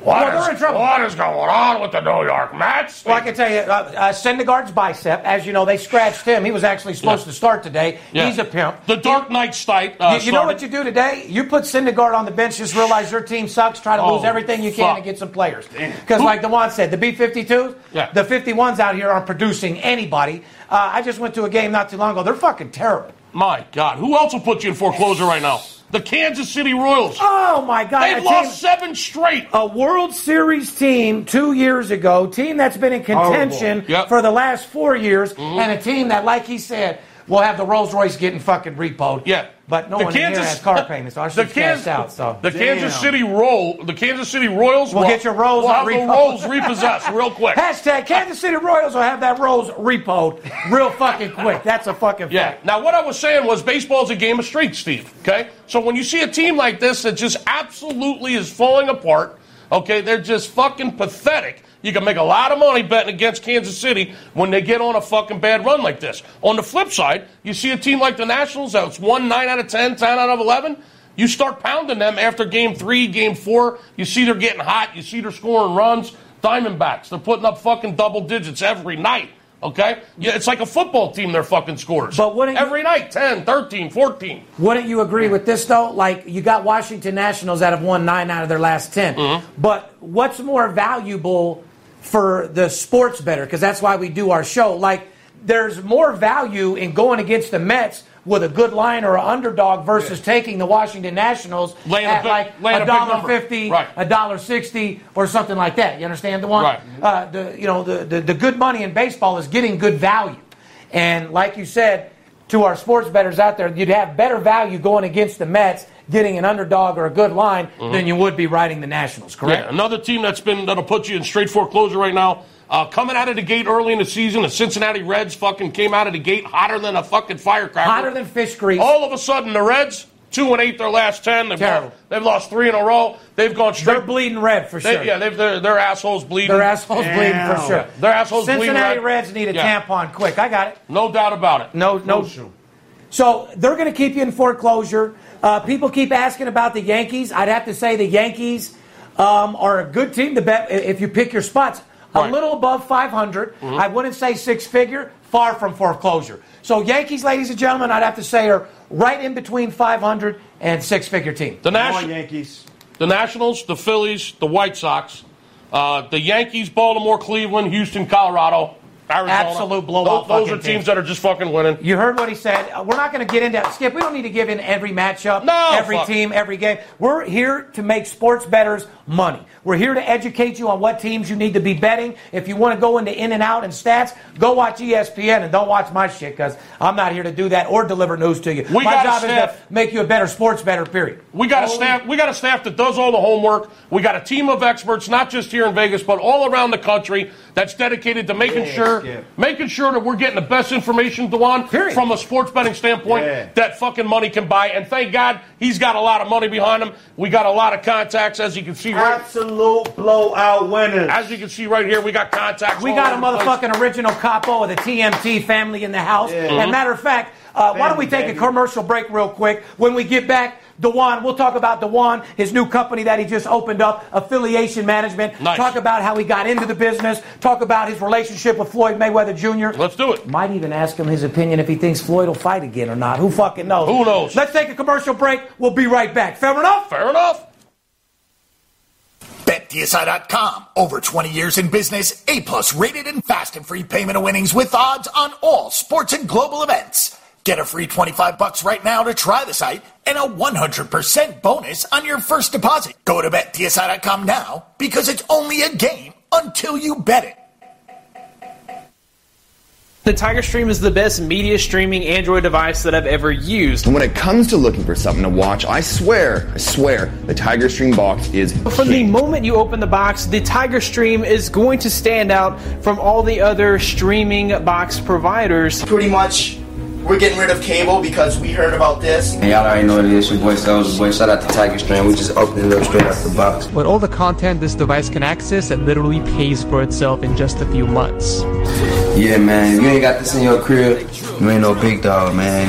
C: What
A: Well, they're in
C: is-
A: trouble.
C: what is going on with the New York Mets?
A: Well, I can tell you, uh, uh, Syndergaard's bicep, as you know, they scratched him. He was actually supposed
C: Yeah.
A: to start today.
C: Yeah.
A: He's a pimp.
C: The Dark Knight site. Uh,
A: You, you know
C: started.
A: what you do today? You put Syndergaard on the bench, just realize your team sucks, try to
C: Oh,
A: lose everything you
C: fuck.
A: can to get some players. Because, like Dewan said, the B 52s,
C: Yeah.
A: the 51s out here aren't producing anybody. Uh, I just went to a game not too long ago. They're fucking terrible.
C: My God. Who else will put you in foreclosure right now? The Kansas City Royals.
A: Oh, my God.
C: They've
A: a
C: lost
A: team-
C: seven straight.
A: a World Series team two years ago, team that's been in contention
C: Yep. Mm-hmm.
A: for the last four years, and a team that, like he said, will have the Rolls Royce getting fucking repoed.
C: Yeah,
A: But no one in here has car payments. so Our shit's cashed out, so.
C: the Kansas City roll, the Kansas City Royals.
A: We'll
C: will-
A: get your Rolls
C: We'll
A: on
C: have the
A: repo.
C: Rolls repossessed
A: [laughs]
C: real quick.
A: Hashtag Kansas City Royals will have that Rolls repoed real fucking quick. That's a fucking
C: Yeah.
A: fact.
C: Now, what I was saying was baseball's a game of streaks, Steve. Okay. So when you see a team like this that just absolutely is falling apart, okay, they're just fucking pathetic. You can make a lot of money betting against Kansas City when they get on a fucking bad run like this. On the flip side, you see a team like the Nationals that's one nine out of 10, 10 out of eleven. You start pounding them after game three, game four. You see they're getting hot. You see they're scoring runs. Diamondbacks, they're putting up fucking double digits every night. Okay? Yeah, it's like a football team, they're fucking scores.
A: But wouldn't you-
C: every night 10, 13, 14.
A: Wouldn't you agree with this though? Like you got Washington Nationals that have won nine out of their last 10
C: Mm-hmm.
A: But what's more valuable for the sports better? Because that's why we do our show. Like there's more value in going against the Mets with a good line or an underdog versus taking the Washington Nationals
C: Laying a
A: at
C: big-
A: like
C: laying a
A: a
C: big
A: dollar
C: number.
A: fifty,
C: Right.
A: a dollar sixty, or something like that. You understand the one?
C: Right.
A: Uh, the you know the, the the good money in baseball is getting good value, and like you said to our sports bettors out there, you'd have better value going against the Mets, getting an underdog or a good line, than you would be riding the Nationals. Correct?
C: Mm-hmm. Yeah, another team that's been that'll put you in straight foreclosure right now. Uh, coming out of the gate early in the season, the Cincinnati Reds fucking came out of the gate hotter than a fucking firecracker.
A: Hotter than fish grease.
C: All of a sudden, the Reds two and eight their last ten. They've
A: Terrible.
C: Lost, they've lost three in a row. They've gone
A: They're
C: straight.
A: bleeding red for
C: they-
A: sure.
C: Yeah, they've, they're, they're assholes bleeding.
A: Their assholes bleeding for
D: Damn.
A: sure.
C: Their assholes bleeding
A: Cincinnati
C: red.
A: Reds need a
C: Yeah.
A: tampon quick. I got it.
C: No doubt about it.
A: No, no. So they're going to keep you in foreclosure. Uh, people keep asking about the Yankees. I'd have to say the Yankees um, are a good team to bet i- if you pick your spots. A
C: Right.
A: little above 500. I wouldn't say six figure, far from foreclosure. So Yankees, ladies and gentlemen, I'd have to say are right in between 500 and six figure team.
C: The
D: Come on,
C: National.
D: Yankees.
C: the Nationals, the Phillies, the White Sox, uh, the Yankees, Baltimore, Cleveland, Houston, Colorado, Arizona.
A: Absolute blowout
C: Those, those
A: fucking
C: are teams
A: teams.
C: that are just fucking winning.
A: You heard what he said. Uh, We're not going to get into Skip. We don't need to give in every matchup,
C: No,
A: every
C: fuck.
A: team, every game. We're here to make sports betters money. We're here to educate you on what teams you need to be betting. If you want to go into in and out and stats, go watch E ESPN and don't watch my shit because I'm not here to do that or deliver news to you. my
C: We got a
A: job is to
C: staff.
A: make you a better sports better. Period.
C: We got a staff. We got a staff that does all the homework. We got a team of experts, not just here in Vegas, but all around the country, that's dedicated to making
D: Yeah,
C: sure,
D: Skip.
C: making sure that we're getting the best information, Dewan,
A: Period.
C: from a sports betting standpoint
D: Yeah.
C: that fucking money can buy. And thank God he's got a lot of money behind him. We got a lot of contacts, as you can see right.
D: Absolute blowout winners.
C: As you can see right here, we got contacts.
A: We
C: all
A: got a
C: over the place.
A: motherfucking original capo of the TMT family in the house.
D: Yeah.
A: And matter of fact, uh, why don't we take
D: Family,
A: a
D: baby.
A: commercial break real quick? When we get back, Dewan, we'll talk about Dewan, his new company that he just opened up, affiliation management.
C: Nice.
A: Talk about how he got into the business. Talk about his relationship with Floyd Mayweather Jr.
C: Let's do it.
A: Might even ask him his opinion if he thinks Floyd will fight again or not. Who fucking knows?
C: Who knows?
A: Let's take a commercial break. We'll be right back. Fair enough?
C: Fair enough.
E: BetDSI.com. Over 20 years in business, A plus rated and fast and free payment of winnings with odds on all sports and global events. Get a free 25 bucks right now to try the site and a 100% bonus on your first deposit. Go to BetDSI.com now because it's only a game until you bet it.
F: The Tiger Stream is the best media streaming Android device that I've ever used.
G: When it comes to looking for something to watch, I swear, I swear, the Tiger Stream box is
F: From the
G: king.
F: moment you open the box, the Tiger Stream is going to stand out from all the other streaming box providers.
H: pretty much we're getting rid of cable because we heard about this.
I: And y'all already know what it is. Your boy Soldier Boy. Shout out to Tiger Strand. We just opened it up straight out the box.
J: With all the content this device can access, it literally pays for itself in just a few months.
I: Yeah, man. If you ain't got this in your crib, you ain't no big dog, man.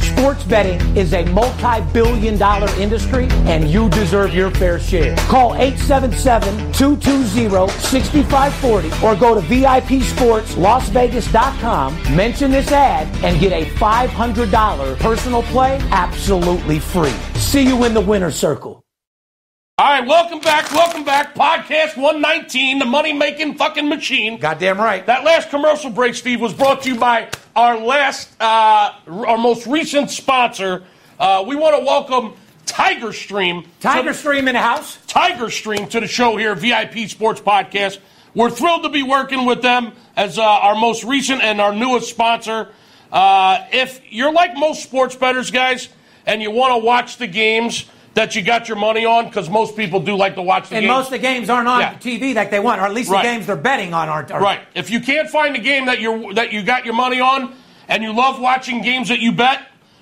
A: sports betting is a multi-billion dollar industry and you deserve your fair share. Call 877-220-6540 or go to VIPSportsLasVegas.com, mention this ad and get a $500 personal play absolutely free. See you in the winner's circle.
C: All right, welcome back, welcome back. Podcast 119, the money making fucking machine.
A: Goddamn right.
C: That last commercial break, Steve, was brought to you by our last, uh, r- our most recent sponsor. Uh, we want to welcome Tiger Stream.
A: Tiger Stream in the house.
C: Tiger Stream to the show here, VIP Sports Podcast. We're thrilled to be working with them as uh, our most recent and our newest sponsor. Uh, if you're like most sports bettors, guys, and you want to watch the games that you got your money on, because most people do like to watch the
A: And
C: games.
A: most of the games aren't on
C: Yeah.
A: TV like they want, or at least
C: Right.
A: the games they're betting on aren't. aren't-
C: Right. If you can't find the game that you that you got your money on, and you love watching games that you bet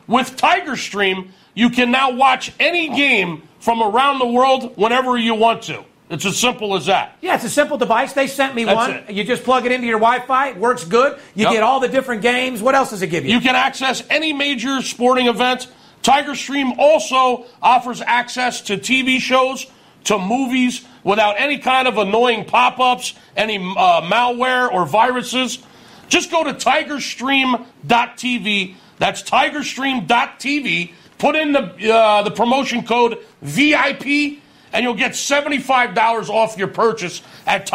C: with Tiger Stream, you can now watch any game from around the world whenever you want to. It's as simple as that.
A: Yeah, it's a simple device. They sent me
C: That's
A: one.
C: it.
A: You just plug it into your Wi-Fi. It works good. You
C: Yep.
A: get all the different games. What else does it give you?
C: You can access any major sporting event. Tiger Stream also offers access to TV shows, to movies, without any kind of annoying pop ups, any uh, malware or viruses. Just go to tigerstream.tv. That's tigerstream.tv. Put in the, uh, the promotion code VIP, and you'll get $75 off your purchase at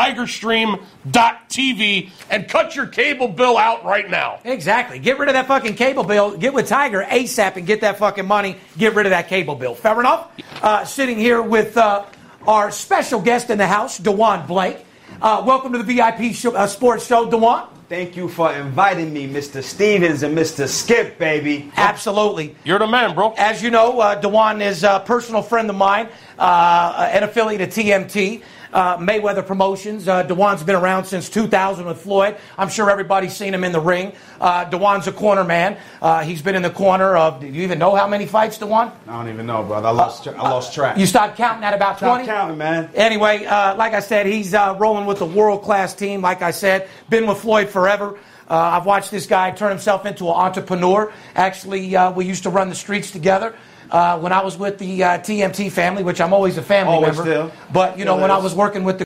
C: tigerstream.tv and cut your cable bill out right now.
A: exactly. Get rid of that fucking cable bill. Get with Tiger ASAP and get that fucking money. Get rid of that cable bill. Fair enough. Uh, sitting here with uh, our special guest in the house, Dewan Blake. Uh, welcome to the VIP show, uh, Sports Show, Dewan.
D: Thank you for inviting me, Mr. Stevens and Mr. Skip, baby.
A: Absolutely.
C: You're the man, bro.
A: As you know, uh, Dewan is a personal friend of mine, uh, an affiliate of TMT. uh, Mayweather Promotions. Uh, Dewan's been around since 2000 with Floyd. I'm sure everybody's seen him in the ring. Uh, Dewan's a corner man. Uh, he's been in the corner of, do you even know how many fights, Dewan?
D: I don't even know, brother. I lost. tra- I lost track.
A: You stopped counting at about
D: Stop
A: 20?
D: counting, man.
A: Anyway, uh, like I said, he's uh, rolling with a world class team. Like I said, been with Floyd forever. Uh, I've watched this guy turn himself into an entrepreneur. Actually, uh, we used to run the streets together. Uh, when I was with the uh, TMT family, which I'm always a family
D: Always
A: member,
D: still.
A: but you know,
D: Still
A: when I
D: is.
A: was working with the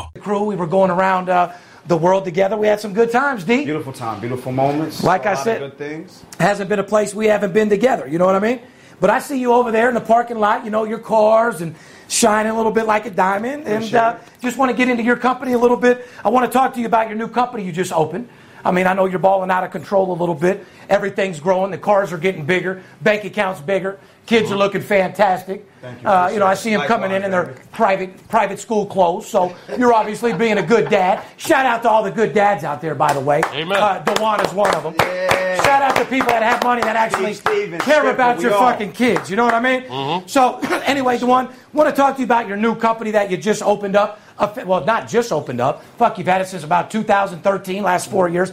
A: crew, we were going around uh, the world together. We had some good times, D.
D: Beautiful time, beautiful moments.
A: Like
D: I
A: I said-
D: good things.
A: hasn't been a place we haven't been together. You know what I mean? But I see you over there in the parking lot, you know, your cars and shining a little bit like a diamond. And
D: Appreciate
A: uh, just want to get into your company a little bit. I want to talk to you about your new company you just opened. I mean, I know you're balling out of control a little bit. Everything's growing. The cars are getting bigger. Bank accounts bigger. Kids are looking fantastic.
D: Thank you.
A: Uh, you know, I see them
D: Likewise,
A: coming in in their
D: baby.
A: private private school clothes. So you're obviously being a good dad. Shout out to all the good dads out there, by the way.
C: Amen.
A: Uh, Dewan is one of them. Shout out to people that have money that actually
D: Steve Stevens,
A: care
D: Skipper,
A: about
D: we
A: your
D: all.
A: fucking kids. You know what I mean? So, [clears throat] anyway, Dewan, want to talk to you about your new company that you just opened up. Affi- Well, not just opened up. Fuck, you've had it since about 2013, last four years.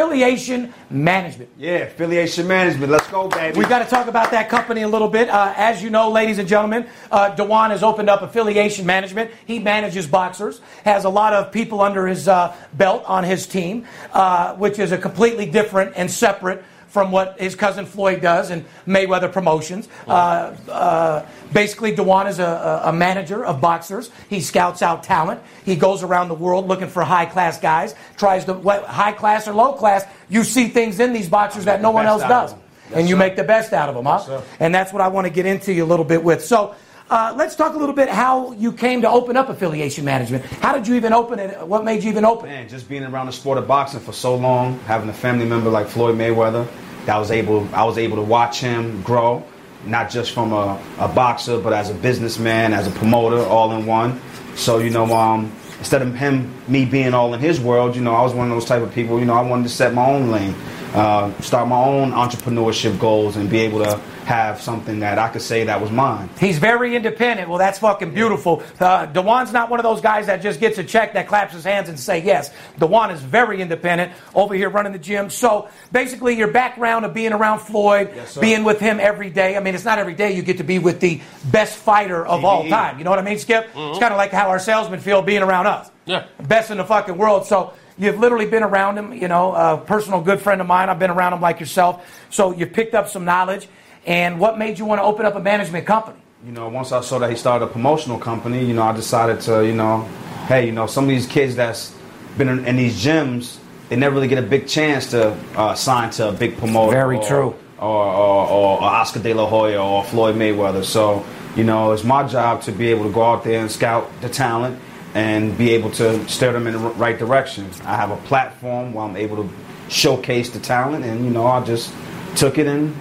A: Affiliation Management.
D: Yeah, affiliation management. Let's go, baby.
A: We got to talk about that company a little bit. Uh, as you know, ladies and gentlemen, uh, Dewan has opened up affiliation management. He manages boxers, has a lot of people under his uh, belt on his team, uh, which is a completely different and separate from what his cousin Floyd does and Mayweather Promotions. Uh, uh, basically, Dewan is a, a- a manager of boxers. He scouts out talent. He goes around the world looking for high class guys. Tries to what, high class or low class. You see things in these boxers that no one
D: best
A: else
D: out of
A: does
D: them.
A: and you make the best out of them, huh? and that's what I want to get into you a little bit with. So uh, let's talk a little bit how you came to open up affiliation management. How did you even open it? What made you even open it?
D: Man, just being around the sport of boxing for so long, having a family member like Floyd Mayweather, that was able, I was able to watch him grow, not just from a, a boxer, but as a businessman, as a promoter, all in one. So you know, um, instead of him, me being all in his world, you know, I was one of those type of people. You know, I wanted to set my own lane, uh, start my own entrepreneurship goals, and be able to have something that I could say that was mine.
A: He's very independent. Well, that's fucking beautiful. Uh, Dewan's not one of those guys that just gets a check that claps his hands and say yes. Dewan is very independent over here running the gym. So basically, your background of being around Floyd,
D: sir.
A: being with him every day. I mean, it's not every day you get to be with the best fighter of all
D: TDE.
A: time. You know what I mean, Skip? It's kind of like how our salesmen feel being around us.
C: Yeah.
A: Best in the fucking world. So you've literally been around him, you know, a personal good friend of mine. I've been around him like yourself. So you picked up some knowledge. And what made you want to open up a management company?
D: you know, once I saw that he started a promotional company, you know, I decided to, you know, hey, you know, some of these kids that's been in, in these gyms, they never really get a big chance to uh, sign to a big promoter.
A: Very
D: or-
A: true.
D: Or, or, or Oscar De La Hoya or Floyd Mayweather. So, you know, it's my job to be able to go out there and scout the talent and be able to steer them in the r- right direction. I have a platform where I'm able to showcase the talent, and, you know, I just took it and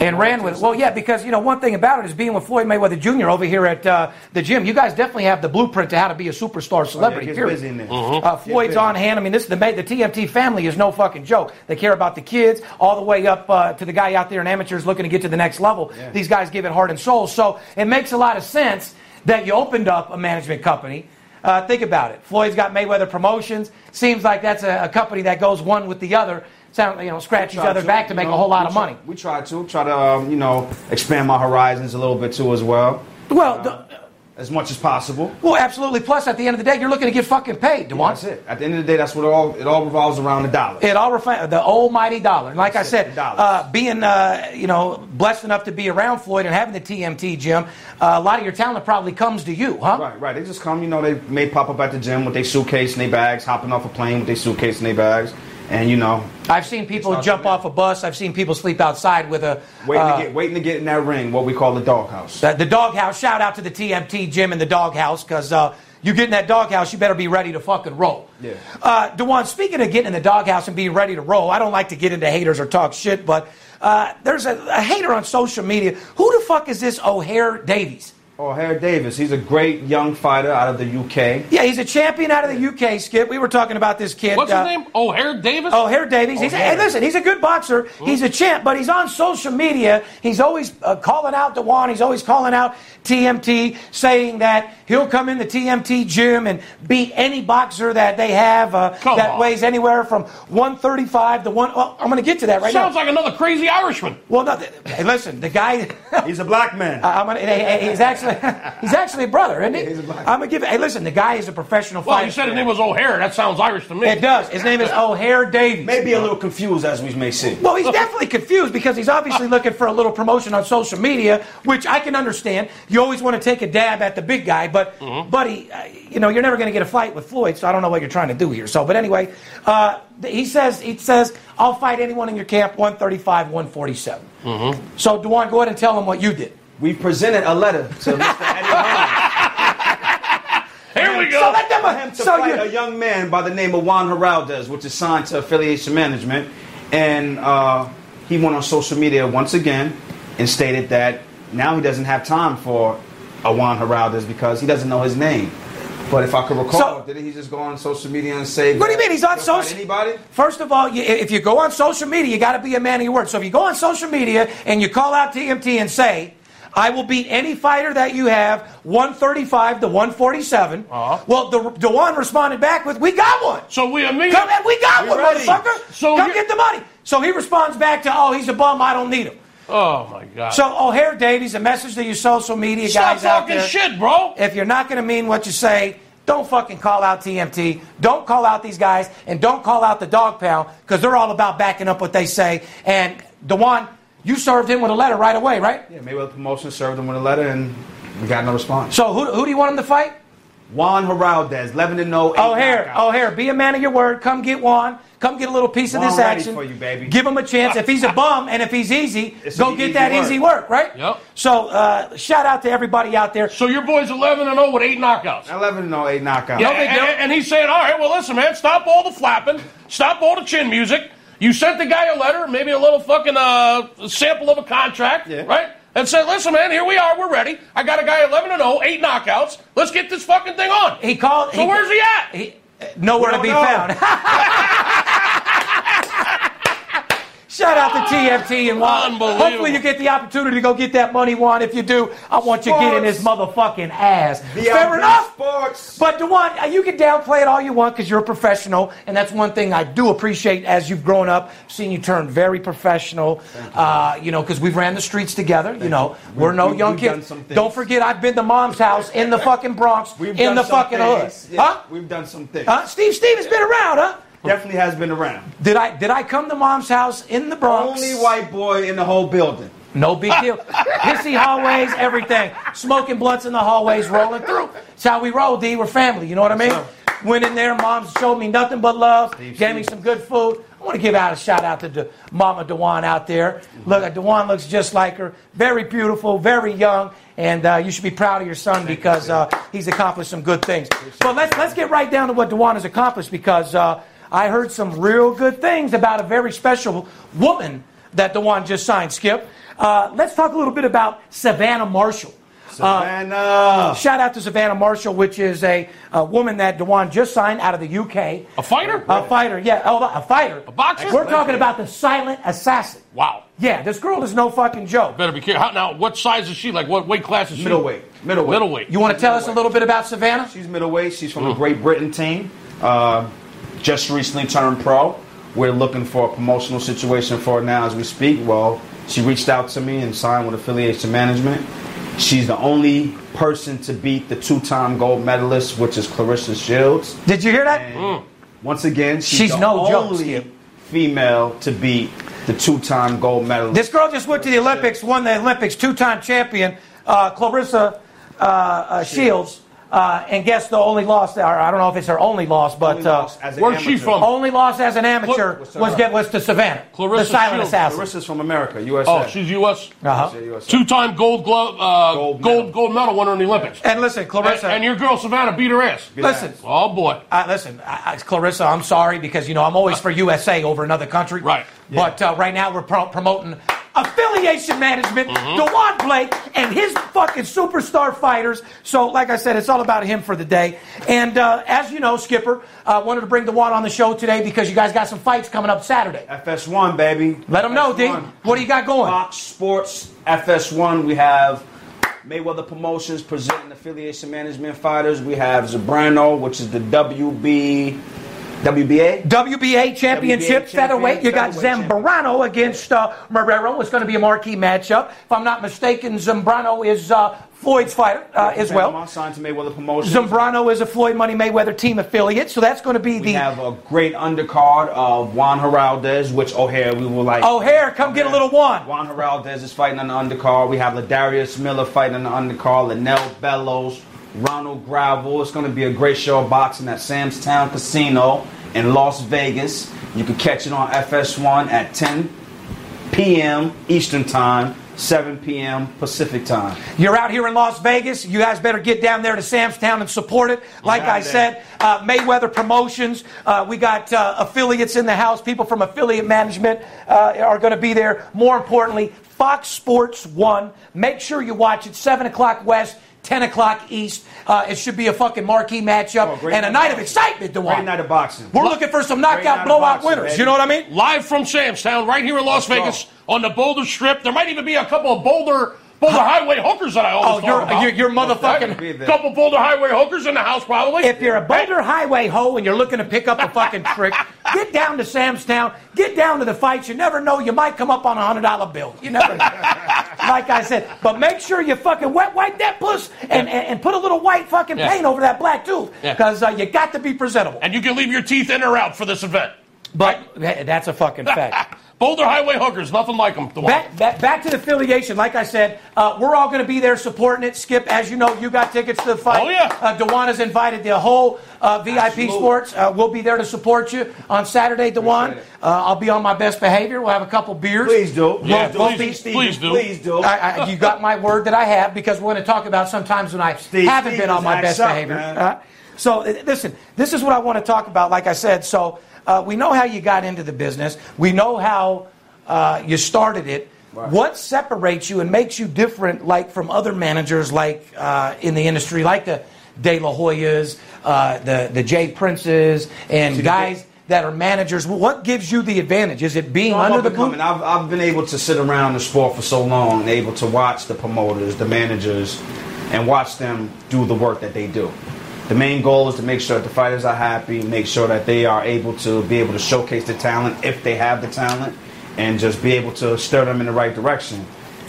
A: and ran with it. Well, yeah, because you know one thing about it is being with Floyd Mayweather Jr. over here at uh, the gym. You guys definitely have the blueprint to how to be a superstar celebrity.
D: gets
A: period.
D: busy in there.
A: Uh, Floyd's on hand. I mean, this is the ma- the TMT family is no fucking joke. They care about the kids all the way up uh, to the guy out there in amateurs looking to get to the next level. These guys give it heart and soul. So it makes a lot of sense that you opened up a management company. Uh, think about it. Floyd's got Mayweather Promotions. Seems like that's a, a company that goes one with the other. Sound you know scratch each
D: try
A: other back to
D: you
A: make a
D: know,
A: whole lot
D: we
A: of
D: try-
A: money.
D: We try to try to um, you know expand my horizons a little bit too as well,
A: Well. the-
D: as much as possible.
A: Well, absolutely. Plus, at the end of the day, you're looking to get fucking paid, Dewan.
D: That's it. At the end of the day, that's what it all it all revolves around the dollar.
A: It all refi- the almighty dollar. And like I
D: That's it,
A: said,
D: the dollars.
A: uh, being uh, you know blessed enough to be around Floyd and having the TMT gym, uh, a lot of your talent probably comes to you, huh?
D: Right, right. They just come, you know, they may pop up at the gym with their suitcase and their bags, hopping off a plane with their suitcase and their bags, and you know,
A: I've seen people
D: not
A: jump
D: too bad.
A: off a bus. I've seen people sleep outside with a
D: waiting
A: uh,
D: to get waiting to get in that ring, what we call the doghouse.
A: The, the doghouse. Shout out to the TMT gym and the doghouse because uh, You get in that doghouse, you better be ready to fucking roll.
D: Yeah.
A: Uh, Dewan, speaking of getting in the doghouse and being ready to roll, I don't like to get into haters or talk shit, but uh, there's a, a hater on social media. Who the fuck is this O'Hare Davies?
D: Oh, Harry Davis, he's a great young fighter out of the UK.
A: Yeah, he's a champion out of the UK, Skip. We were talking about this kid.
C: What's his
A: uh,
C: name? O'Hare Davis?
A: O'Hare Oh, Davies. He's,
C: O'Hare.
A: hey, listen, he's a good boxer. He's a champ, but he's on social media. He's always uh, calling out Dewan. He's always calling out TMT, saying that he'll come in the TMT gym and beat any boxer that they have uh,
C: Come
A: that
C: on.
A: weighs anywhere from 135 to one. Well, I'm going to get to that right
C: Sounds
A: now.
C: like another crazy Irishman.
A: well, no, th- hey, listen, the guy. [laughs]
D: He's a black man.
A: I'm gonna, hey, hey, he's actually [laughs] he's actually a brother, isn't he? I'm gonna give. Hey, listen, the guy is a professional
C: Well,
A: fighter.
C: you said his name was O'Hare. That sounds Irish to me.
A: It does. His name is O'Hare Davies.
D: Maybe a little confused, as we may see.
A: Well, he's definitely confused because he's obviously looking for a little promotion on social media, which I can understand. You always want to take a dab at the big guy, but
C: Mm-hmm.
A: buddy, uh, you know you're never going to get a fight with Floyd, so I don't know what you're trying to do here. So, but anyway, uh, th- he says he says I'll fight anyone in your camp, 135, 147.
C: Mm-hmm.
A: So, Dewan, go ahead and tell him what you did.
D: We presented a letter to
A: [laughs]
D: Mr. Eddie Hearn
C: Here we
A: So
C: go.
A: let them. uh,
D: for him to
A: so
D: fight
A: you-
D: a young man by the name of Juan Geraldes, which is signed to Affiliation Management, and uh, he went on social media once again and stated that now he doesn't have time for a Juan Geraldes because he doesn't know his name. But if I could recall,
A: So-
D: didn't he just go on social media and say?
A: What do you
D: that
A: mean? He's on
D: he'll fight
A: social.
D: Anybody?
A: First of all, you, if you go on social media, you got to be a man of your word. So if you go on social media and you call out TMT and say, "I will beat any fighter that you have, 135 to 147," well, the Dewan responded back with, "We got one.
C: So we immediately.
A: Come and we got
D: We
A: one,
D: ready.
A: motherfucker.
C: So
A: Come
C: you-
A: get the money." So he responds back to, "Oh, he's a bum. I don't need him."
C: Oh my God.
A: So O'Hare Davies, a message to you social media
C: Stop
A: guys out
C: talking
A: there.
C: shit, bro.
A: If you're not going to mean what you say, don't fucking call out TMT. Don't call out these guys, and don't call out the dog pound because they're all about backing up what they say. And Dewan, you served him with a letter right away, right?
D: Yeah, maybe the promotion served him with a letter and we got no response.
A: So who, who do you want him to fight?
D: Juan Geraldes, 11 to 0. eight
A: O'Hare,
D: knockouts.
A: O'Hare, be a man of your word. Come get Juan. Come get a little piece of
D: Juan
A: this
D: ready
A: action.
D: for you, baby.
A: Give him a chance. If he's a bum and if he's easy,
D: [laughs] It's
A: go
D: an
A: get
D: easy
A: that
D: work.
A: easy work, right?
C: Yep.
A: So uh, shout out to everybody out there.
C: So your boy's 11 and 0 with eight knockouts.
D: 11 to 0, eight knockouts.
C: Yeah, and, and- and he's saying, all right, well, listen, man, stop all the flapping, stop all the chin music. You sent the guy a letter, maybe a little fucking uh, sample of a contract,
D: Yeah.
C: right? And said, listen, man, here we are, we're ready. I got a guy 11 and 0, eight knockouts. Let's get this fucking thing on.
A: He called.
C: so where's he at?
A: He, uh, nowhere
D: We
A: to be
D: don't know.
A: found. Shout out to TFT and Juan.
C: Unbelievable.
A: Hopefully, you get the opportunity to go get that money, Juan. If you do, I want you getting his motherfucking ass.
D: VIP
A: Fair enough.
D: Sports.
A: But Dewan, uh, you can downplay it all you want because you're a professional, and that's one thing I do appreciate as you've grown up, seeing you turn very professional. Uh, you know, because we've ran the streets together. you know,
D: We-
A: we, are no
D: we-
A: young
D: we've done
A: kids.
D: some things.
A: Don't forget, I've been to mom's house in the fucking Bronx,
D: [laughs] We've
A: in
D: done
A: the
D: some
A: fucking
D: things.
A: hood.
D: Yeah,
A: Huh?
D: We've done some things.
A: Huh? Steve Steve has been around, huh?
D: Definitely has been around.
A: Did I did I come to mom's house in the Bronx?
D: Only white boy in the whole building.
A: No big deal. Pissy hallways, everything. Smoking blunts in the hallways, rolling through. It's how we roll, D. We're family. You know what I mean?
D: Yes,
A: Went in there, mom showed me nothing but love,
D: Steve,
A: gave me
D: Steve.
A: some good food. I want to give out a shout out to De- Mama Dewan out there. Look, Dewan looks just like her. Very beautiful, very young, and uh, you should be proud of your son because uh, he's accomplished some good things. But let's let's get right down to what Dewan has accomplished because uh, I heard some real good things about a very special woman that Dewan just signed. Skip, uh, let's talk a little bit about Savannah Marshall.
D: Savannah.
A: Shout out to Savannah Marshall, which is a, a woman that Dewan just signed out of the UK.
C: A fighter?
A: A fighter, yeah. Oh, a fighter. A
C: boxer?
A: We're talking about the silent assassin.
C: wow.
A: Yeah, this girl is no fucking joke.
C: Better be careful. How, now, what size is she? Like, what weight class is she?
D: Middleweight. Middleweight.
C: Middleweight.
A: You want to tell us a little bit about Savannah?
D: She's middleweight. She's from the Great Britain team. Uh, just recently turned pro. We're looking for a promotional situation for her now as we speak. Well, she reached out to me and signed with Affiliation Management. She's the only person to beat the two-time gold medalist, which is Clarissa Shields.
A: Did you hear that?
D: And Once again, she's,
A: She's
D: the
A: no joke,
D: only
A: Skip.
D: female to beat the two-time gold medalist.
A: This girl just went to the
D: Oh, Oh,
A: Olympics, won the Olympics, two-time champion uh, Clarissa uh, uh, Shields. Uh, and guess the only loss, or I don't know if it's her only loss, but uh,
D: Only loss as an Where's she amateur. from?
A: Only loss as an amateur
D: What's her-
A: was get was to Savannah,
D: Clarissa
A: the silent
D: Shields.
A: assassin.
D: Clarissa's from America, USA.
C: Oh, she's U.S.
A: Uh-huh.
C: Two-time gold glove, uh, gold, gold, medal winner in the Olympics.
A: And listen, Clarissa-
C: and, and your girl Savannah beat her ass.
A: Listen.
C: oh boy.
A: Uh, listen, I, I, Clarissa, I'm sorry because you know I'm always for USA over another country. Right. But uh, right now we're pro- promoting affiliation management. DeWan Blake and his fucking superstar fighters. So, like I said, it's all about him for the day. And uh, as you know, Skipper uh, wanted to bring DeWan on the show today because you guys got some fights coming up Saturday.
D: FS1, baby.
A: Let him know, D. What do you got going?
D: Fox Sports FS1. We have Mayweather Promotions presenting affiliation management fighters. We have Zabrano, which is the WB, WBA.
A: WBA championship
D: WBA
A: featherweight. You got
D: featherweight
A: Zambrano against uh, Marrero. It's going to be a marquee matchup. If I'm not mistaken, Zambrano is uh, Floyd's fighter uh, as well.
D: Panama signed to Mayweather Promotions.
A: Zambrano is a Floyd Money Mayweather team affiliate, so that's going to be the
D: we have a great undercard of Juan Geraldes, which O'Hare we will like.
A: O'Hare. Come get a little one.
D: Juan Geraldes is fighting on the undercard. We have Ladarius Miller fighting on the undercard. Linnell Bellows, Ronald Gravel. It's going to be a great show of boxing at Sam's Town Casino in Las Vegas. You can catch it on FS1 at 10 p.m. Eastern Time, 7 p.m. Pacific Time.
A: You're out here in Las Vegas. You guys better get down there to Sam's Town and support it. Like
D: Yeah,
A: I
D: man.
A: said, uh, Mayweather Promotions. Uh, we got uh, affiliates in the house. People from affiliate management uh, are going to be there. More importantly, Fox Sports One. Make sure you watch it. Seven o'clock West. 10 o'clock East. Uh, it should be a fucking marquee matchup
D: Oh, great
A: and a
D: night.
A: night of excitement, DeWan.
D: Great night of boxing.
A: We're looking for some
D: Great night
A: knockout
D: of
A: blowout
D: boxing,
A: winners.
D: baby.
A: You know what I mean?
C: Live from Sam's Town, right here in Las
D: Let's go.
C: Vegas, on the Boulder Strip. There might even be a couple of Boulder Boulder Highway hookers that I always
A: Oh,
C: talk
A: you're-
C: about.
A: you're- you're motherfucking-
D: Be there.
C: couple Boulder Highway hookers in the house, probably.
A: If you're a Boulder Highway hoe and you're looking to pick up a fucking trick, get down to Sam's Town. Get down to the fights. You never know. You might come up on a hundred dollar bill. You never. know. like I said, but make sure you fucking wet wipe that puss and, and, and put a little white fucking
C: Yeah.
A: paint over that black tooth
C: Yeah.
A: because uh, you got to be presentable.
C: and you can leave your teeth in or out for this event.
A: But th- that's a fucking fact.
C: [laughs] Boulder Highway hookers, nothing like them.
A: Back, back, back to the affiliation. Like I said, uh, we're all going to be there supporting it. Skip, as you know, you got tickets to the fight.
C: Oh, yeah.
A: Uh, Dewan's invited the whole uh, VIP Sports. Uh, we'll be there to support you on Saturday, Dewan. Uh, I'll be on my best behavior. We'll have a couple beers.
D: Please do.
C: Yeah,
D: Please do.
C: please-
D: Steve,
C: please do.
D: Please do.
A: I, I, you got my word that I have because we're going to talk about sometimes when I
D: Steve,
A: haven't
D: Steve
A: been on
D: is
A: my
D: acts
A: best
D: up,
A: behavior.
D: man.
A: Uh, so, uh, listen, this is what I want to talk about. Like I said, so uh, we know how you got into the business, we know how uh, you started it. What separates you and makes you different, like from other managers, like uh, in the industry, like the De La Hoyas, uh, the the Jay Princes, and guys that are managers? What gives you the advantage? Is it being
D: No, I'm
A: under
D: up
A: the
D: and coming.
A: boot?
D: I've, I've been able to sit around the sport for so long, and able to watch the promoters, the managers, and watch them do the work that they do. The main goal is to make sure that the fighters are happy, make sure that they are able to be able to showcase the talent if they have the talent, and just be able to steer them in the right direction.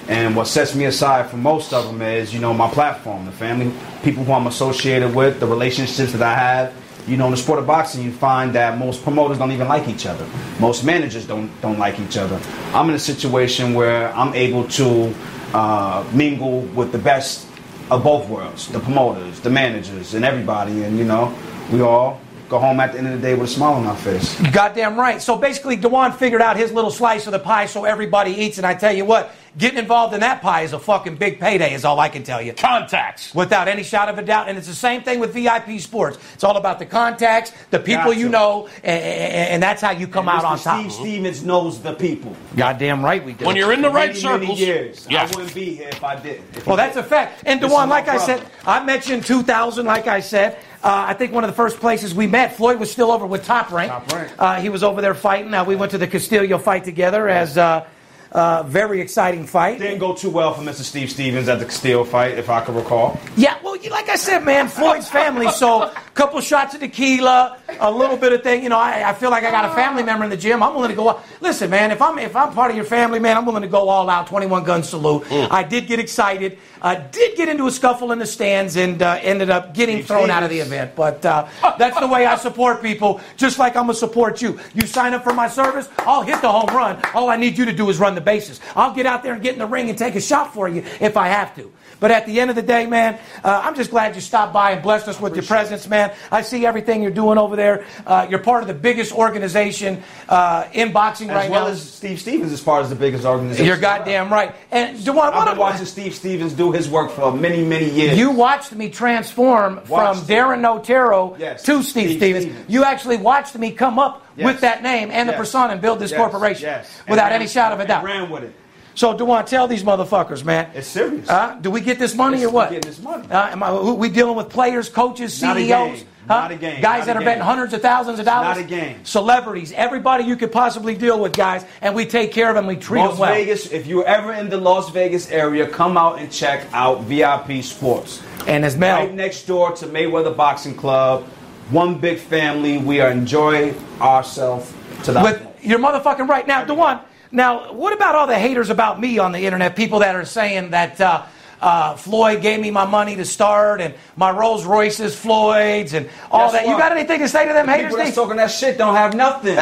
D: And what sets me aside from most of them is, you know, my platform, the family, people who I'm associated with, the relationships that I have, you know, in the sport of boxing, you find that most promoters don't even like each other. Most managers don't don't like each other. I'm in a situation where I'm able to uh, mingle with the best of both worlds: the promoters, the managers, and everybody. And you know, we all go home at the end of the day with a smile on our face.
A: Goddamn right. So basically, Dewan figured out his little slice of the pie so everybody eats. And I tell you what, getting involved in that pie is a fucking big payday, is all I can tell you.
C: Contacts.
A: Without any shot of a doubt. And it's the same thing with VIP sports. It's all about the contacts, the people
D: Got
A: you
D: to.
A: know, and, and that's how you come out
D: Mr.
A: on top.
D: Steve Stevens knows the people.
A: Goddamn right we do.
C: When you're in the
D: For
C: right
D: many,
C: circles,
D: Many years.
C: Yeah.
D: I wouldn't be here if I didn't. If
A: Well,
D: he
A: that's a
D: didn't.
A: fact. And
D: This
A: Dewan,
D: is my
A: like I said,
D: brother.
A: I met you in 2000. Like I said, uh, I think one of the first places we met, Floyd was still over with Top Rank.
D: Top Rank.
A: Uh, he was over there fighting. Uh, we went to the Castillo fight together as a uh, uh, very exciting fight.
D: Didn't go too well for Mr. Steve Stevens at the Castillo fight, if I can recall.
A: Yeah, well, you- like I said, man, Floyd's family. So, a couple shots of tequila, a little bit of thing. You know, I, I feel like I got a family member in the gym. I'm willing to go. out. Listen, man, if I'm if I'm part of your family, man, I'm willing to go all out. 21 gun salute. I did get excited. I did get into a scuffle in the stands and uh, ended up getting thrown out of the event. But uh, that's the way I support people. Just like I'm gonna support you. You sign up for my service, I'll hit the home run. All I need you to do is run the bases. I'll get out there and get in the ring and take a shot for you if I have to. But at the end of the day, man, uh, I I'm just glad you stopped by and blessed us with your presence, man. I see everything you're doing over there. Uh, you're part of the biggest organization uh, in boxing
D: As
A: right
D: well
A: now.
D: as Steve Stevens is part of the biggest organization.
A: You're goddamn right. And Dewan,
D: I've
A: what
D: been watching Steve Stevens do his work for many, many years.
A: You watched me transform from
D: Watched it.
A: Darren Otero
D: Yes.
A: to Steve,
D: Steve
A: Stevens.
D: Stevens.
A: You actually watched me come up
D: Yes.
A: with that name and the
D: Yes.
A: persona and build this
D: Yes.
A: corporation
D: Yes. And
A: without
D: ran-
A: any shadow of a
D: and
A: doubt.
D: ran with it.
A: So, Dewan, tell these motherfuckers, man.
D: It's serious.
A: Uh, do we get this money
D: Yes,
A: or
D: we
A: what?
D: getting this money.
A: Uh, am I, who- we dealing with players, coaches, CEOs,
D: Not a game.
A: huh?
D: Not a game.
A: guys
D: Not
A: that
D: a
A: are betting
D: game.
A: hundreds of thousands of dollars,
D: Not a game.
A: celebrities, everybody you could possibly deal with, guys, and we take care of them, we treat
D: Las
A: them well.
D: Vegas, if you're ever in the Las Vegas area, come out and check out VIP Sports.
A: And as Mel,
D: Right next door to Mayweather Boxing Club, one big family. We are enjoying ourselves to the
A: with you're motherfucking right now, Dewan. Now, what about all the haters about me on the internet? People that are saying that uh, uh, Floyd gave me my money to start, and my Rolls Royces, Floyd's, and all
D: Guess
A: that. You
D: what?
A: got anything to say to them
D: The
A: haters?
D: people that's
A: Nate?
D: talking that shit don't have nothing.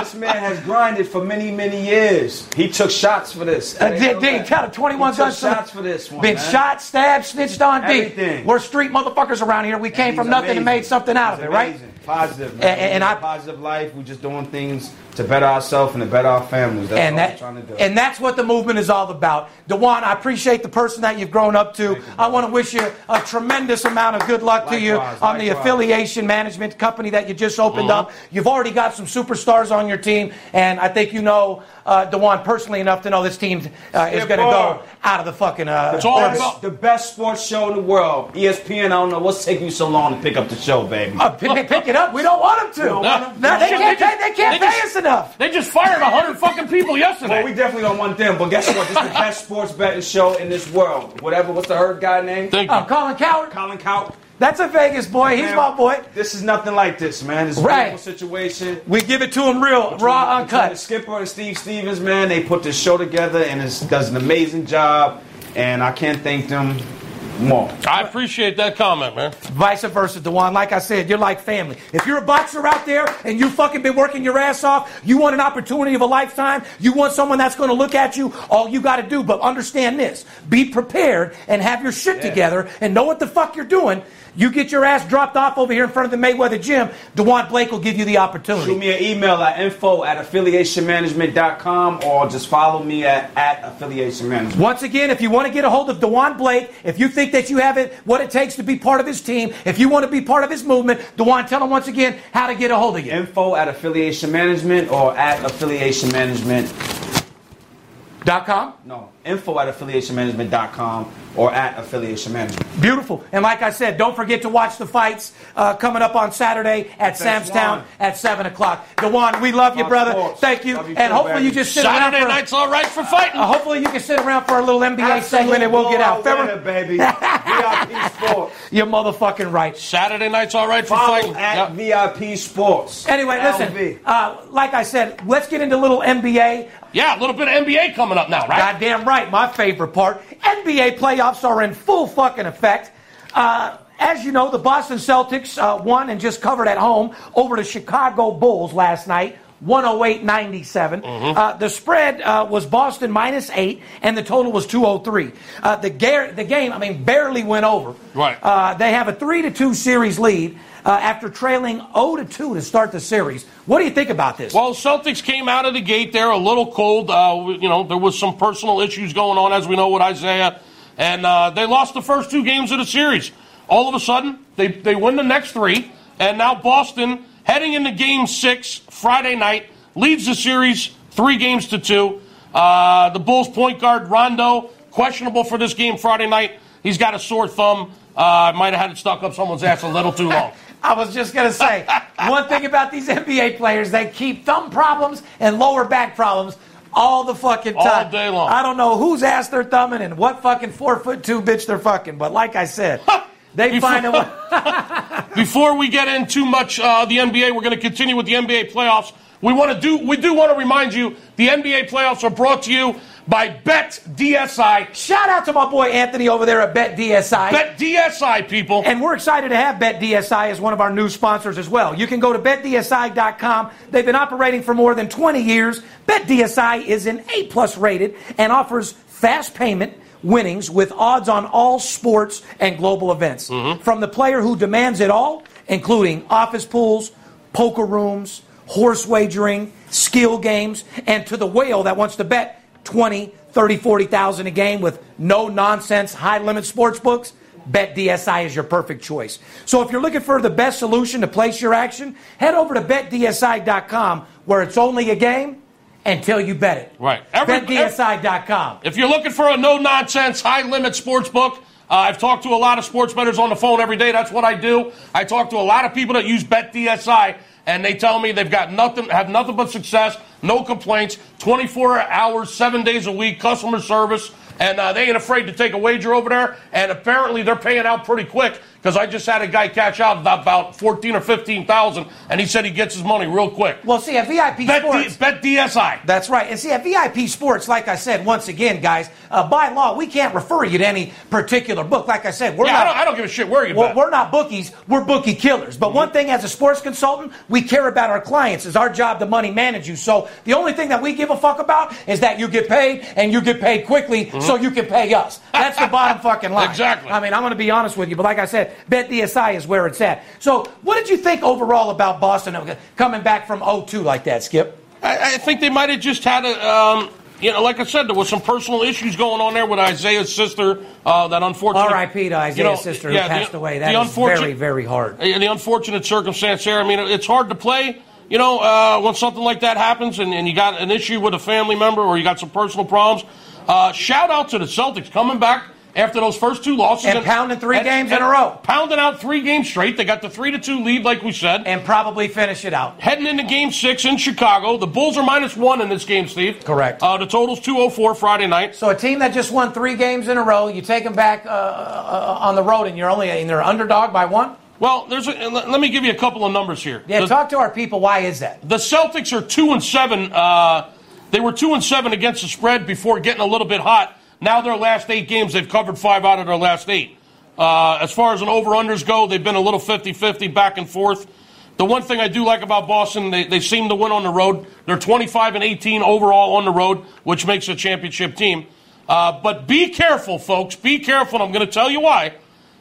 D: this man has grinded for many, many years. He took shots for this.
A: Uh, did, did he count 21
D: He took
A: guns?
D: shots for this one.
A: Been
D: man.
A: shot, stabbed, snitched on,
D: Everything.
A: beat. We're street motherfuckers around here. We came
D: He's
A: from nothing
D: amazing.
A: and made something out
D: He's
A: of it, right?
D: amazing. Positive.
A: And- and- and I-
D: I positive life. We're just doing things to better ourselves and to better our families. That's
A: and
D: all
A: that,
D: we're trying to do.
A: and that's what the movement is all about. Dewan, I appreciate the person that you've grown up to. I want to wish you a tremendous amount of good luck to you
D: Likewise,
A: on the
D: likewise. Mm-hmm.
A: affiliation management company that you just opened up. You've already got some superstars on your team, and I think you know uh, Dewan personally enough to know this team uh, is
D: Skip
A: going to
D: on.
A: go out of the fucking. Uh,
C: It's all
A: orbit.
C: about-
D: the best sports show in the world. E ESPN, I don't know what's taking you so long to pick up the show, baby.
A: Uh, pick, pick it up. We don't want them to.
D: don't want 'em.
A: No, they
C: Shit,
A: can't.
C: they
A: Pay,
C: just-
A: they can't
C: they
A: pay us
C: just- [laughs]
A: enough.
C: They just fired 100 fucking people yesterday.
D: well, we definitely don't want them, but guess what? This is the best sports betting show in this world. Whatever, what's the herd guy name?
C: Thank you.
A: Oh, Colin Coward.
D: Colin Coward.
A: That's a Vegas boy. He's
D: Man,
A: my boy.
D: This is nothing like this, man. It's a
A: Right.
D: beautiful situation.
A: We give it to him real, raw,
D: Between
A: uncut.
D: the Skipper and Steve Stevens, man, they put this show together and it does an amazing job. And I can't thank them more.
C: I appreciate that comment, man.
A: Vice versa, Dewan. Like I said, you're like family. If you're a boxer out there and you fucking been working your ass off, you want an opportunity of a lifetime, you want someone that's going to look at you, all you got to do, but understand this be prepared and have your shit together and know what the fuck you're doing. You get your ass dropped off over here in front of the Mayweather gym, Dewan Blake will give you the opportunity.
D: Shoot me an email at info at affiliationmanagement.com or just follow me at, at affiliationmanagement.
A: Once again, if you want to get a hold of Dewan Blake, if you think that you have it, what it takes to be part of his team, if you want to be part of his movement, Dewan, tell him once again how to get a hold of you.
D: Info at affiliation management or at affiliation management.
A: Dot com.
D: No, info at affiliationmanagement.com or at affiliation management.
A: Beautiful. And like I said, don't forget to watch the fights uh, coming up on Saturday at
D: Thanks,
A: Sam's Town
D: Juan.
A: at 7 o'clock. Dewan, we love you,
D: Of
A: brother.
D: course.
A: Thank you.
D: Love you
A: and
D: too,
A: hopefully
D: baby.
A: you just sit
C: Saturday
A: around for,
C: night's all right for fighting.
A: uh, Hopefully you can sit around for a little NBA segment and we'll get out.
D: Winner,
A: February, [laughs]
D: baby. VIP Sports.
A: you're motherfucking right.
C: Saturday night's all right for
D: Follow
C: fighting.
D: at
C: Yeah.
D: VIP Sports.
A: Anyway,
D: LV.
A: listen, uh, like I said, let's get into a little NBA.
C: Yeah, a little bit of NBA coming up now, right?
A: Goddamn right, my favorite part. NBA playoffs are in full fucking effect. Uh, as you know, the Boston Celtics uh, won and just covered at home over the Chicago Bulls last night. 108 97.
C: Mm-hmm.
A: Uh, the spread uh, was Boston minus eight, and the total was 203. Uh, the, gar- the game, I mean, barely went over.
C: Right.
A: Uh, they have a 3 to 2 series lead uh, after trailing 0 to 2 to start the series. What do you think about this?
C: Well, Celtics came out of the gate there a little cold. Uh, you know, there was some personal issues going on, as we know with Isaiah, and uh, they lost the first two games of the series. All of a sudden, they they win the next three, and now Boston heading into Game Six Friday night leads the series three games to two. Uh, the Bulls point guard Rondo questionable for this game Friday night. He's got a sore thumb. Uh, might have had it stuck up someone's ass a little too long.
A: I was just going to
C: [laughs]
A: say one thing about these NBA players, they keep thumb problems and lower back problems all the fucking
C: All
A: time.
C: day long.
A: I don't know whose ass they're thumbing and what fucking four foot two bitch they're fucking, but like I
C: [laughs]
A: said, they
C: You
A: find a
C: [laughs] fu-
A: way.
C: Before we get in too much uh, the NBA, we're going to continue with the NBA playoffs. We want to do. We do want to remind you the NBA playoffs are brought to you by Bet DSI.
A: Shout out to my boy Anthony over there at Bet DSI.
C: Bet DSI people.
A: And we're excited to have BetDSI as one of our new sponsors as well. You can go to betdsi.com. They've been operating for more than 20 years. BetDSI is an A plus rated and offers fast payment, winnings with odds on all sports and global events. From the player who demands it all, including office pools, poker rooms, horse wagering, skill games, and to the whale that wants to bet 20, 30, 40,000 a game with no nonsense high limit sports books. Bet DSI is your perfect choice. So if you're looking for the best solution to place your action, head over to betdsi.com where it's only a game until you bet it.
C: Right. Every-
A: BetDSI.com.
C: If you're looking for a no nonsense, high limit sports book, uh, I've talked to a lot of sports bettors on the phone every day. That's what I do. I talk to a lot of people that use BetDSI, and they tell me they've got nothing, have nothing but success, no complaints, 24 hours, seven days a week, customer service, and uh, they ain't afraid to take a wager over there. And apparently, they're paying out pretty quick because I just had a guy cash out about 14 or 15 thousand, and he said he gets his money real quick.
A: Well, see, at VIP
C: Bet, D-
A: Sports.
C: bet DSI.
A: That's right. And see, at VIP Sports, like I said, once again, guys, uh, by law, we can't refer you to any particular book. Like I said, we're
C: Yeah, I
A: not.
C: don't- I don't give a shit Mm-hmm. where you
A: Well,
C: bet.
A: we're not bookies. We're bookie killers. But one thing, as a sports consultant, we care about our clients. It's our job to money manage you. So the only thing that we give a fuck about is that you get paid and you get paid quickly, so you can pay us. That's the
C: [laughs]
A: bottom fucking line.
C: Mm-hmm. Exactly.
A: I mean, I'm going to be honest with you, but like I said, Bet DSI is where it's at. So, what did you think overall about Boston coming back from 0-2 like that, Skip?
C: I, I think they might have just had a, um, you know, like I said, there was some personal issues going on there with Isaiah's sister. Uh, that unfortunate.
A: R.I.P. to Isaiah's
C: you know,
A: sister
C: yeah,
A: who
C: the-
A: passed away. That
C: the
A: is
C: unfortunate-
A: very, very hard.
C: And the unfortunate circumstance there. I mean, it's hard to play. You know, uh, when something like that happens, and, and you got an issue with a family member, or you got some personal problems. Uh, shout out to the Celtics coming back after those first two losses
A: And pounding three games in a row.
C: pounding out three games straight. They got the three to two lead, like we said.
A: And probably finish it out.
C: Heading into Game Six in Chicago, the Bulls are minus one in this game, Steve.
A: Correct.
C: Uh, the total's two hundred four Friday night.
A: So a team that just won three games in a row, you take them back uh, uh, on the road, and you're only and they're underdog by one.
C: Well, there's a, let, let me give you a couple of numbers here.
A: Yeah,
C: the,
A: talk to our people. Why is that?
C: the Celtics are two and seven. Uh, they were two and seven against the spread before getting a little bit hot. Now their last eight games, they've covered five out of their last eight. Uh, as far as an over-unders go, they've been a little 50-50 back and forth. The one thing I do like about Boston, they, they seem to win on the road. They're 25 and 18 overall on the road, which makes a championship team. Uh, but be careful, folks. Be careful. I'm going to tell you why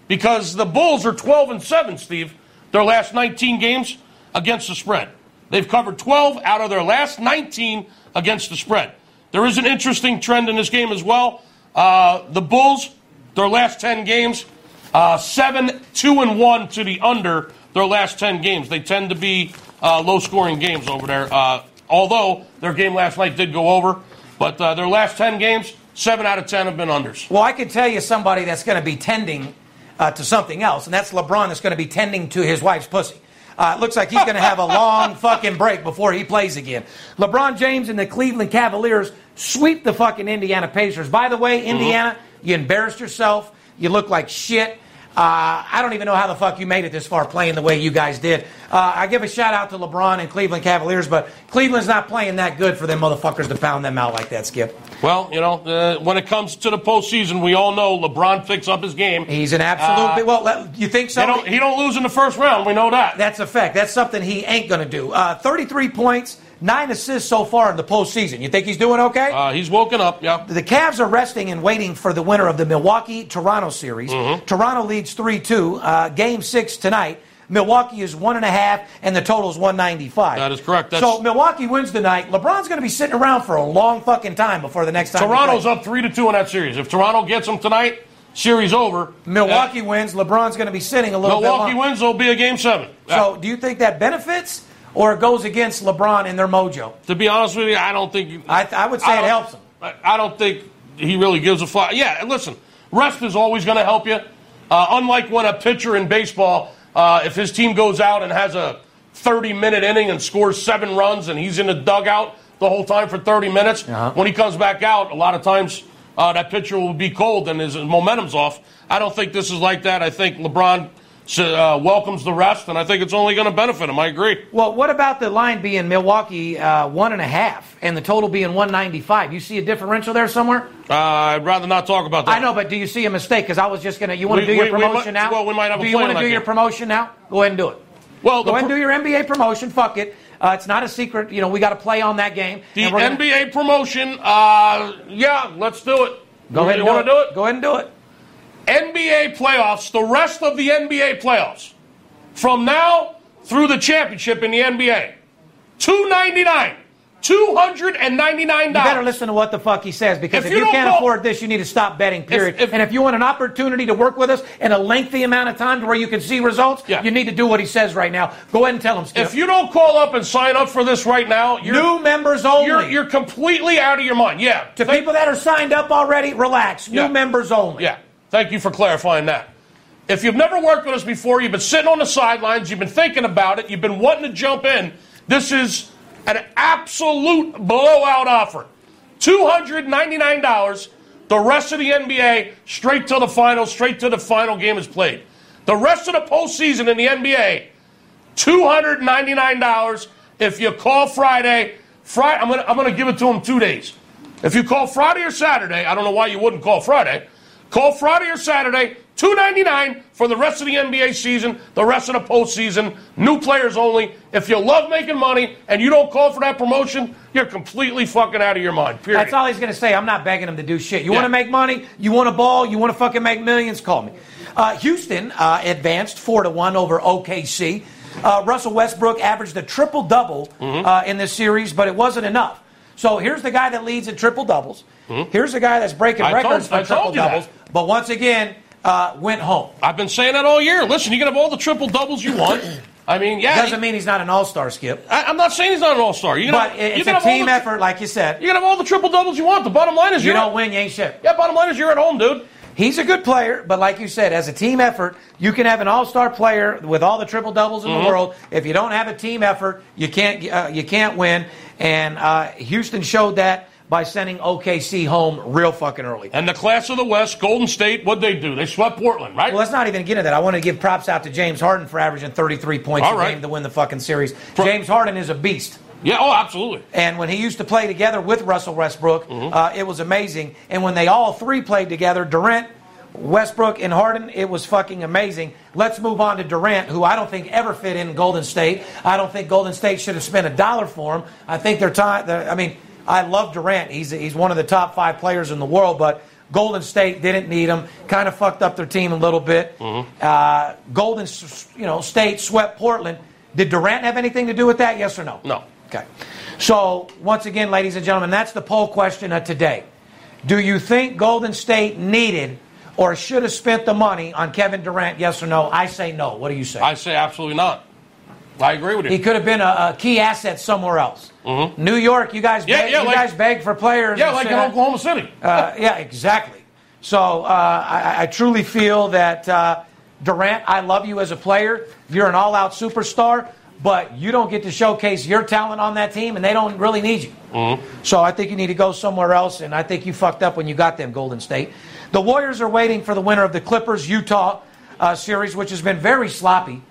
C: because the Bulls are 12 and 7, Steve, their last 19 games against the spread. They've covered 12 out of their last 19 against the spread. There is an interesting trend in this game as well. Uh, the Bulls, their last 10 games, uh, 7 2 and 1 to the under their last 10 games. They tend to be uh, low scoring games over there, uh, although their game last night did go over. But uh, their last 10 games, 7 out of 10 have been unders.
A: Well, I can tell you somebody that's going to be tending uh, to something else, and that's LeBron that's going to be tending to his wife's pussy. Uh, it looks like he's going to have a
C: [laughs]
A: long fucking break before he plays again. LeBron James and the Cleveland Cavaliers sweep the fucking Indiana Pacers. By the
C: Mm-hmm.
A: way, Indiana, you embarrassed yourself. You look like shit. Uh, I don't even know how the fuck you made it this far playing the way you guys did. Uh, I give a shout out to LeBron and Cleveland Cavaliers, but Cleveland's not playing that good for them motherfuckers to pound them out like that, Skip.
C: Well, you know, uh, when it comes to the postseason, we all know LeBron picks up his game.
A: He's an absolute.
C: Uh,
A: big well, let- you think so?
C: They don't, he don't lose in the first round. We know that.
A: That's a fact. That's something he ain't going to do. Uh, 33 points, nine assists so far in the postseason. You think he's doing okay?
C: Uh, he's woken up. Yeah.
A: the Cavs are resting and waiting for the winner of the Milwaukee Toronto series.
C: Mm-hmm.
A: Toronto leads 3 2, uh, game six tonight. Milwaukee is one and a half, and the total is 195.
C: That is correct. That's-
A: so Milwaukee wins tonight. LeBron's going to be sitting around for a long fucking time before the next time. they
C: Toronto's
A: play.
C: up three to two in that series. If Toronto gets them tonight, series over.
A: Milwaukee
C: Uh,
A: wins. LeBron's going to be sitting a little bit.
C: Milwaukee
A: long-
C: wins. There'll be a game seven. Uh,
A: So, do you think that benefits or goes against LeBron and their mojo?
C: to be honest with you, I don't think.
A: I, th- I would say
C: I
A: it
C: don't-
A: helps him.
C: I I don't think he really gives a fly. Yeah, and listen, rest is always going to help you. Uh, unlike when a pitcher in baseball, uh, if his team goes out and has a 30 minute inning and scores seven runs and he's in the dugout the whole time for 30 minutes,
A: Uh-huh.
C: when he comes back out, a lot of times uh, that pitcher will be cold and his momentum's off. I don't think this is like that. I think LeBron uh, welcomes the rest, and I think it's only going to benefit him. I agree.
A: Well, what about the line being Milwaukee uh, one and a half and the total being 195? You see a differential there somewhere?
C: Uh, I'd rather not talk about that.
A: I know, but do you see a mistake? Because I was just going to. You want to
C: We-
A: do your
C: we- we
A: promotion
C: might-
A: now?
C: well, we might have a
A: Do you
C: plan
A: want to
C: like
A: do your
C: that.
A: promotion now? Go ahead and do it.
C: Well, the
A: Go ahead and
C: pr-
A: do your NBA promotion. Fuck it. Uh, it's not a secret. You know, we got to play on that game.
C: The
A: and we're gonna-
C: NBA promotion, uh, yeah, let's do it.
A: Go ahead
C: You
A: and do
C: want to do it?
A: Go ahead and do it.
C: NBA playoffs, the rest of the NBA playoffs, from now through the championship in the NBA, two ninety nine, two hundred and ninety nine
A: You better
C: dollars.
A: listen to what the fuck he says because
C: If
A: if,
C: you
A: you,
C: don't
A: can't
C: call-
A: afford this, you need to stop betting, period.
C: if-
A: and if you want an opportunity to work with us in a lengthy amount of time to where you can see results, you need to do what he says right now. Go ahead and tell him, Skip.
C: If you don't call up and sign up for this right now, you're,
A: New members only.
C: You're, you're completely out of your mind. Yeah.
A: to people that are signed up already, relax. New
C: Yeah.
A: members only.
C: Yeah. Thank you for clarifying that. If you've never worked with us before, you've been sitting on the sidelines, you've been thinking about it, you've been wanting to jump in, this is an absolute blowout offer. $299, the rest of the NBA, straight to the final, straight to the final game is played. The rest of the postseason in the NBA, $299 if you call Friday. Friday I'm going to I'm gonna give it to them two days. If you call Friday or Saturday, I don't know why you wouldn't call Friday. Call Friday or Saturday, $299 for the rest of the NBA season, the rest of the postseason, new players only. If you love making money and you don't call for that promotion, you're completely fucking out of your mind, period.
A: That's all he's going to say. I'm not begging him to do shit. You
C: Yeah.
A: want to make money? You want to ball? You want to fucking make millions? Call me. Uh, Houston uh, advanced 4 to 1 over OKC. Uh, Russell Westbrook averaged a triple double
C: Mm-hmm.
A: uh, in this series, but it wasn't enough. So here's the guy that leads in triple doubles. Here's the guy that's breaking
C: Mm-hmm. I told-
A: records
C: I
A: for triple
C: told you that.
A: doubles, but once again, uh, went home.
C: I've been saying that all year. Listen, you can have all the triple doubles you want. I mean, yeah.
A: Doesn't mean he's not an all star, Skip.
C: I, I'm not saying he's not an all star. You can
A: But
C: have, you
A: it's
C: can
A: a
C: have all
A: team
C: the-
A: effort, like you said.
C: You can have all the triple doubles you want. The bottom line is
A: You
C: you're
A: don't win, you ain't shit.
C: Yeah, bottom line is you're at home, dude.
A: He's a good player, but like you said, as a team effort, you can have an all-star player with all the triple doubles
C: Mm-hmm.
A: in the world. If you don't have a team effort, you can't uh, you can't win. And uh, Houston showed that by sending OKC home real fucking early.
C: And the class of the West, Golden State, what'd they do? They swept Portland, right?
A: Well, let's not even get into that. I want to give props out to James Harden for averaging 33 points
C: All
A: a
C: right.
A: game to win the fucking series. James Harden is a beast.
C: yeah, oh, absolutely.
A: And when he used to play together with Russell Westbrook, uh, it was amazing. And when they all three played together, Durant, Westbrook, and Harden, it was fucking amazing. Let's move on to Durant, who I don't think ever fit in Golden State. I don't think Golden State should have spent a dollar for him. I think they're time. I mean, I love Durant. He's he's one of the top five players in the world, but. Golden State didn't need him. Kind of fucked up their team a little bit. Uh, Golden, s- you know, State swept Portland. Did Durant have anything to do with that? Yes or no?
C: No.
A: Okay. So, once again, ladies and gentlemen, that's the poll question of today. Do you think Golden State needed or should have spent the money on Kevin Durant? Yes or no? I say no. What do you say?
C: I say absolutely not. I agree with you.
A: he could have been a, a key asset somewhere else. New York, you guys,
C: Mm-hmm. Yeah,
A: beg,
C: yeah,
A: you
C: like-
A: guys beg for players.
C: yeah,
A: and
C: like
A: shit.
C: in Oklahoma City.
A: Uh, yeah, exactly. So uh, I, I truly feel that uh, Durant, I love you as a player. You're an all-out superstar, but you don't get to showcase your talent on that team, and they don't really need you. So I think you need to go somewhere else, and I think you fucked up when you got them, Golden State. The Warriors are waiting for the winner of the Clippers-Utah uh, series, which has been very sloppy.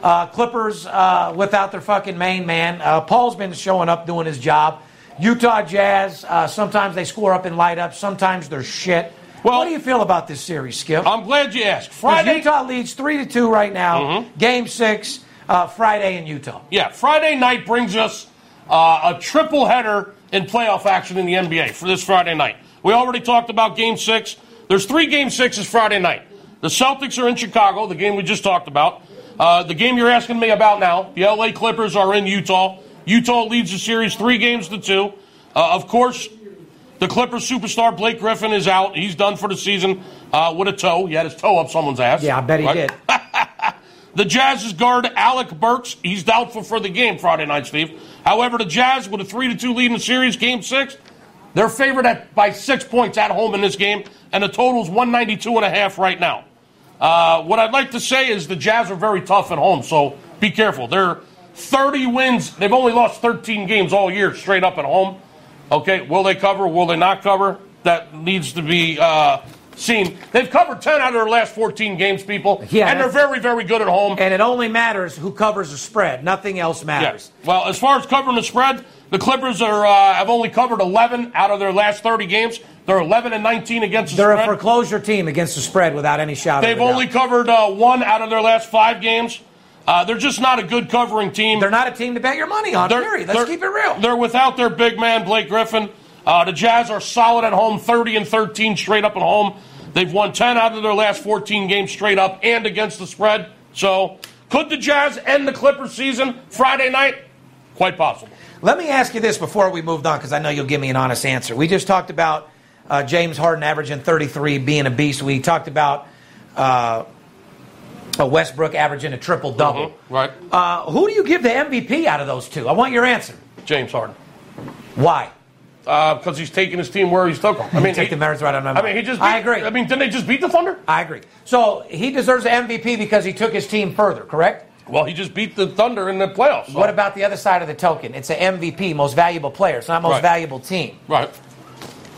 A: Uh, Clippers uh, without their fucking main man. Uh, Paul's been showing up doing his job. Utah Jazz, uh, sometimes they score up and light up, sometimes they're shit.
C: Well-
A: what do you feel about this series, Skip?
C: I'm glad you asked.
A: 'Cause
C: Friday,
A: Utah leads 3 to 2 right now.
C: Mm-hmm.
A: Game 6, uh, Friday in Utah.
C: yeah, Friday night brings us uh, a triple header in playoff action in the NBA for this Friday night. We already talked about Game Six. There's three Game Sixes Friday night. The Celtics are in Chicago, the game we just talked about. Uh, the game you're asking me about now, the LA Clippers are in Utah. Utah leads the series three games to two. Uh, of course, The Clippers superstar Blake Griffin is out. He's done for the season uh, with a toe. He had his toe up someone's ass.
A: Yeah, I bet he
C: Right?
A: did.
C: The Jazz's guard Alec Burks, he's doubtful for the game Friday night, Steve. However, the Jazz with a three to two lead in the series, game six, they're favored at by six points at home in this game, and the total's 192 and a half right now. Uh, what I'd like to say is the Jazz are very tough at home, so be careful. They're 30 wins. They've only lost 13 games all year straight up at home. Okay, will they cover? Will they not cover? That needs to be uh, seen. They've covered 10 out of their last 14 games, people,
A: Yeah,
C: and they're
A: that's-
C: very, very good at home.
A: And it only matters who covers the spread. Nothing else matters.
C: Yes. Well, as far as covering the spread, the Clippers are uh, have only covered 11 out of their last 30 games. They're 11 and 19 against the
A: They're a
C: spread.
A: foreclosure team against the spread without any shot.
C: They've only covered uh, one out of their last five games. Uh, they're just not a good covering team.
A: They're not a team to bet your money on.
C: They're-
A: period. Let's
C: they're-
A: keep it real.
C: They're without their big man Blake Griffin. Uh, the Jazz are solid at home, 30 and 13 straight up at home. They've won 10 out of their last 14 games straight up and against the spread. So, could the Jazz end the Clippers season Friday night? Quite possible.
A: Let me ask you this before we moved on, because I know you'll give me an honest answer. We just talked about uh, James Harden averaging 33, being a beast. We talked about uh, uh, Westbrook averaging a triple double.
C: Mm-hmm. Right.
A: Uh, who do you give the MVP out of those two? I want your answer.
C: James Harden.
A: Why?
C: Because he's taking his team where he's took them. I mean,
A: take
C: he-
A: the merits right out of my
C: I
A: mouth.
C: mean, he just.
A: I
C: beat-
A: agree.
C: I mean, didn't they just beat the Thunder?
A: I agree. So he deserves the MVP because he took his team further, correct?
C: Well, he just beat the Thunder in the playoffs. so-
A: What about the other side of the token? It's an MVP, most valuable player. It's not most
C: Right.
A: valuable team.
C: Right.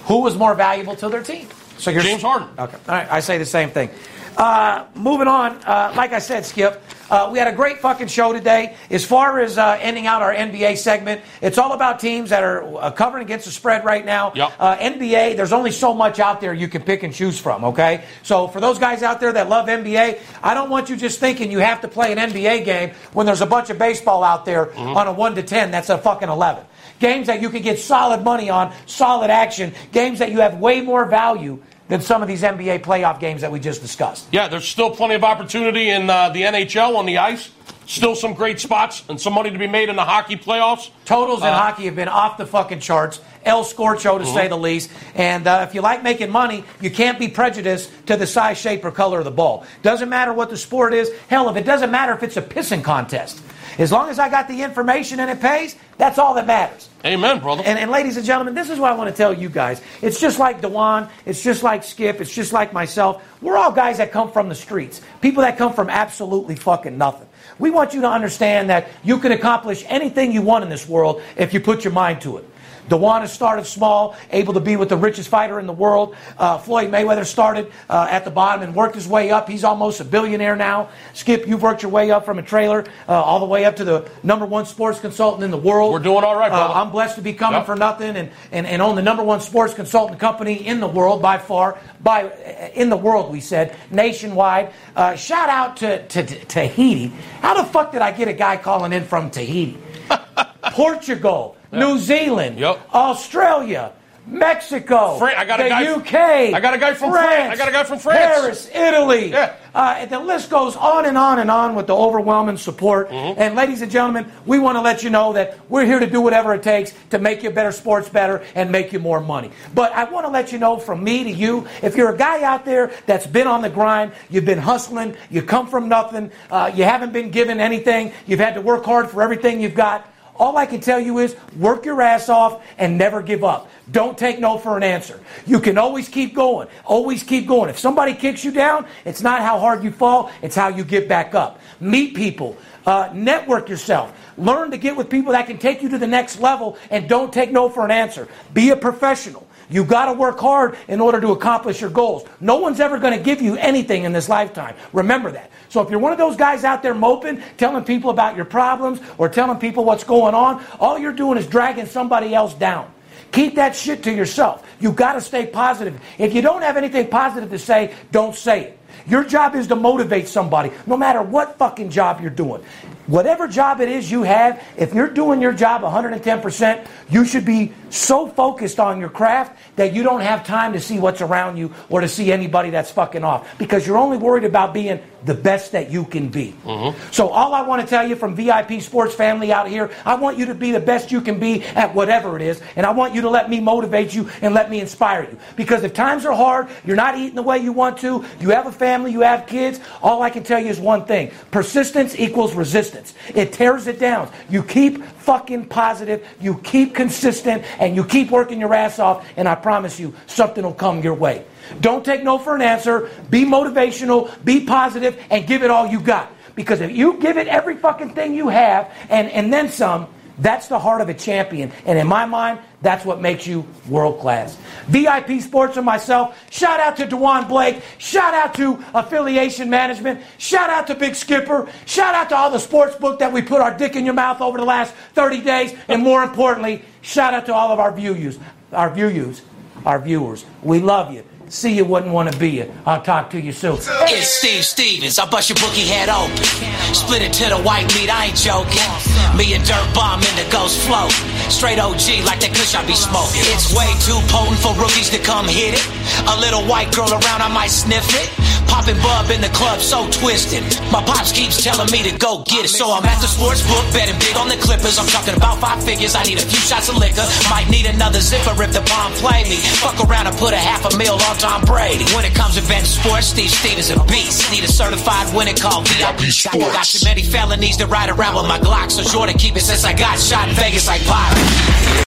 A: Who was more valuable to their team? So you're
C: James Harden.
A: Okay. All right. I say the same thing. Uh, moving on. Uh, like I said, Skip, uh, we had a great fucking show today. As far as uh, ending out our NBA segment, it's all about teams that are uh, covering against the spread right now.
C: Yep.
A: Uh, NBA, there's only so much out there you can pick and choose from, okay? So for those guys out there that love NBA, I don't want you just thinking you have to play an NBA game when there's a bunch of baseball out there on a 1 to 10 that's a fucking 11. Games that you can get solid money on, solid action, games that you have way more value than some of these NBA playoff games that we just discussed.
C: Yeah, there's still plenty of opportunity in uh, the NHL on the ice. Still some great spots and some money to be made in the hockey playoffs.
A: Totals in
C: Uh,
A: hockey have been off the fucking charts. El Scorcho, to say the least. And uh, if you like making money, you can't be prejudiced to the size, shape, or color of the ball. Doesn't matter what the sport is. Hell, if it doesn't matter if it's a pissing contest. As long as I got the information and it pays, that's all that matters.
C: Amen, brother.
A: And, and ladies and gentlemen, this is what I want to tell you guys. It's just like Dewan, it's just like Skip, it's just like myself. We're all guys that come from the streets, people that come from absolutely fucking nothing. We want you to understand that you can accomplish anything you want in this world if you put your mind to it. Dewan has started small, able to be with the richest fighter in the world. Uh, Floyd Mayweather started uh, at the bottom and worked his way up. He's almost a billionaire now. Skip, you've worked your way up from a trailer uh, all the way up to the number one sports consultant in the world.
C: We're doing all right,
A: Uh,
C: brother.
A: I'm blessed to be coming
C: Yep.
A: for nothing and, and, and own the number one sports consultant company in the world by far, by in the world, we said, nationwide. Uh, shout out to, to, to Tahiti. How the fuck did I get a guy calling in from
C: [laughs]
A: Tahiti? Portugal, New Zealand,
C: Yep.
A: Australia, Mexico,
C: Fran- I got a
A: the
C: guy-
A: UK.
C: I got a guy from Fran- I got a guy from France.
A: Paris, Italy.
C: Yeah.
A: Uh, the list goes on and on and on with the overwhelming support. And ladies and gentlemen, we want to let you know that we're here to do whatever it takes to make you better sports better and make you more money. But I want to let you know from me to you, if you're a guy out there that's been on the grind, you've been hustling, you come from nothing, uh, you haven't been given anything, you've had to work hard for everything you've got. All I can tell you is work your ass off and never give up. Don't take no for an answer. You can always keep going. Always keep going. If somebody kicks you down, it's not how hard you fall, it's how you get back up. Meet people, uh, network yourself. Learn to get with people that can take you to the next level and don't take no for an answer. Be a professional. You got to work hard in order to accomplish your goals. No one's ever going to give you anything in this lifetime. Remember that. So if you're one of those guys out there moping, telling people about your problems or telling people what's going on, all you're doing is dragging somebody else down. Keep that shit to yourself. You got to stay positive. If you don't have anything positive to say, don't say it. Your job is to motivate somebody, no matter what fucking job you're doing. Whatever job it is you have, if you're doing your job 110%, you should be so focused on your craft that you don't have time to see what's around you or to see anybody that's fucking off because you're only worried about being the best that you can be. So, all I want to tell you from VIP sports family out here, I want you to be the best you can be at whatever it is, and I want you to let me motivate you and let me inspire you. Because if times are hard, you're not eating the way you want to, you have a family, you have kids, all I can tell you is one thing persistence equals resistance. It tears it down. You keep fucking positive, you keep consistent, and you keep working your ass off, and I promise you, something will come your way. Don't take no for an answer. Be motivational, be positive, and give it all you got. Because if you give it every fucking thing you have and, and then some, that's the heart of a champion. And in my mind, that's what makes you world class. VIP Sports and myself, shout out to Dewan Blake. Shout out to Affiliation Management. Shout out to Big Skipper. Shout out to all the sports book that we put our dick in your mouth over the last 30 days. And more importantly, shout out to all of our viewers, our viewers, our viewers. We love you. See you wouldn't want to be you. I'll talk to you soon.
K: It's Steve Stevens. I bust your bookie head open. Split it to the white meat, I ain't joking. Me and Dirt Bomb in the ghost flow. Straight OG like that kush I be smoking. It's way too potent for rookies to come hit it. A little white girl around, I might sniff it. Popping bub in the club, so twisted. My pops keeps telling me to go get it. So I'm at the sports book, betting big on the Clippers. I'm talking about five figures. I need a few shots of liquor. Might need another zipper if the bomb play me. Fuck around and put a half a mil on Tom Brady. When it comes to betting sports, Steve Stevens a beast. Need a certified winner called VIP Sports. Got too many felonies to ride around with my Glock, so sure to keep it since I got shot in Vegas like Pirates.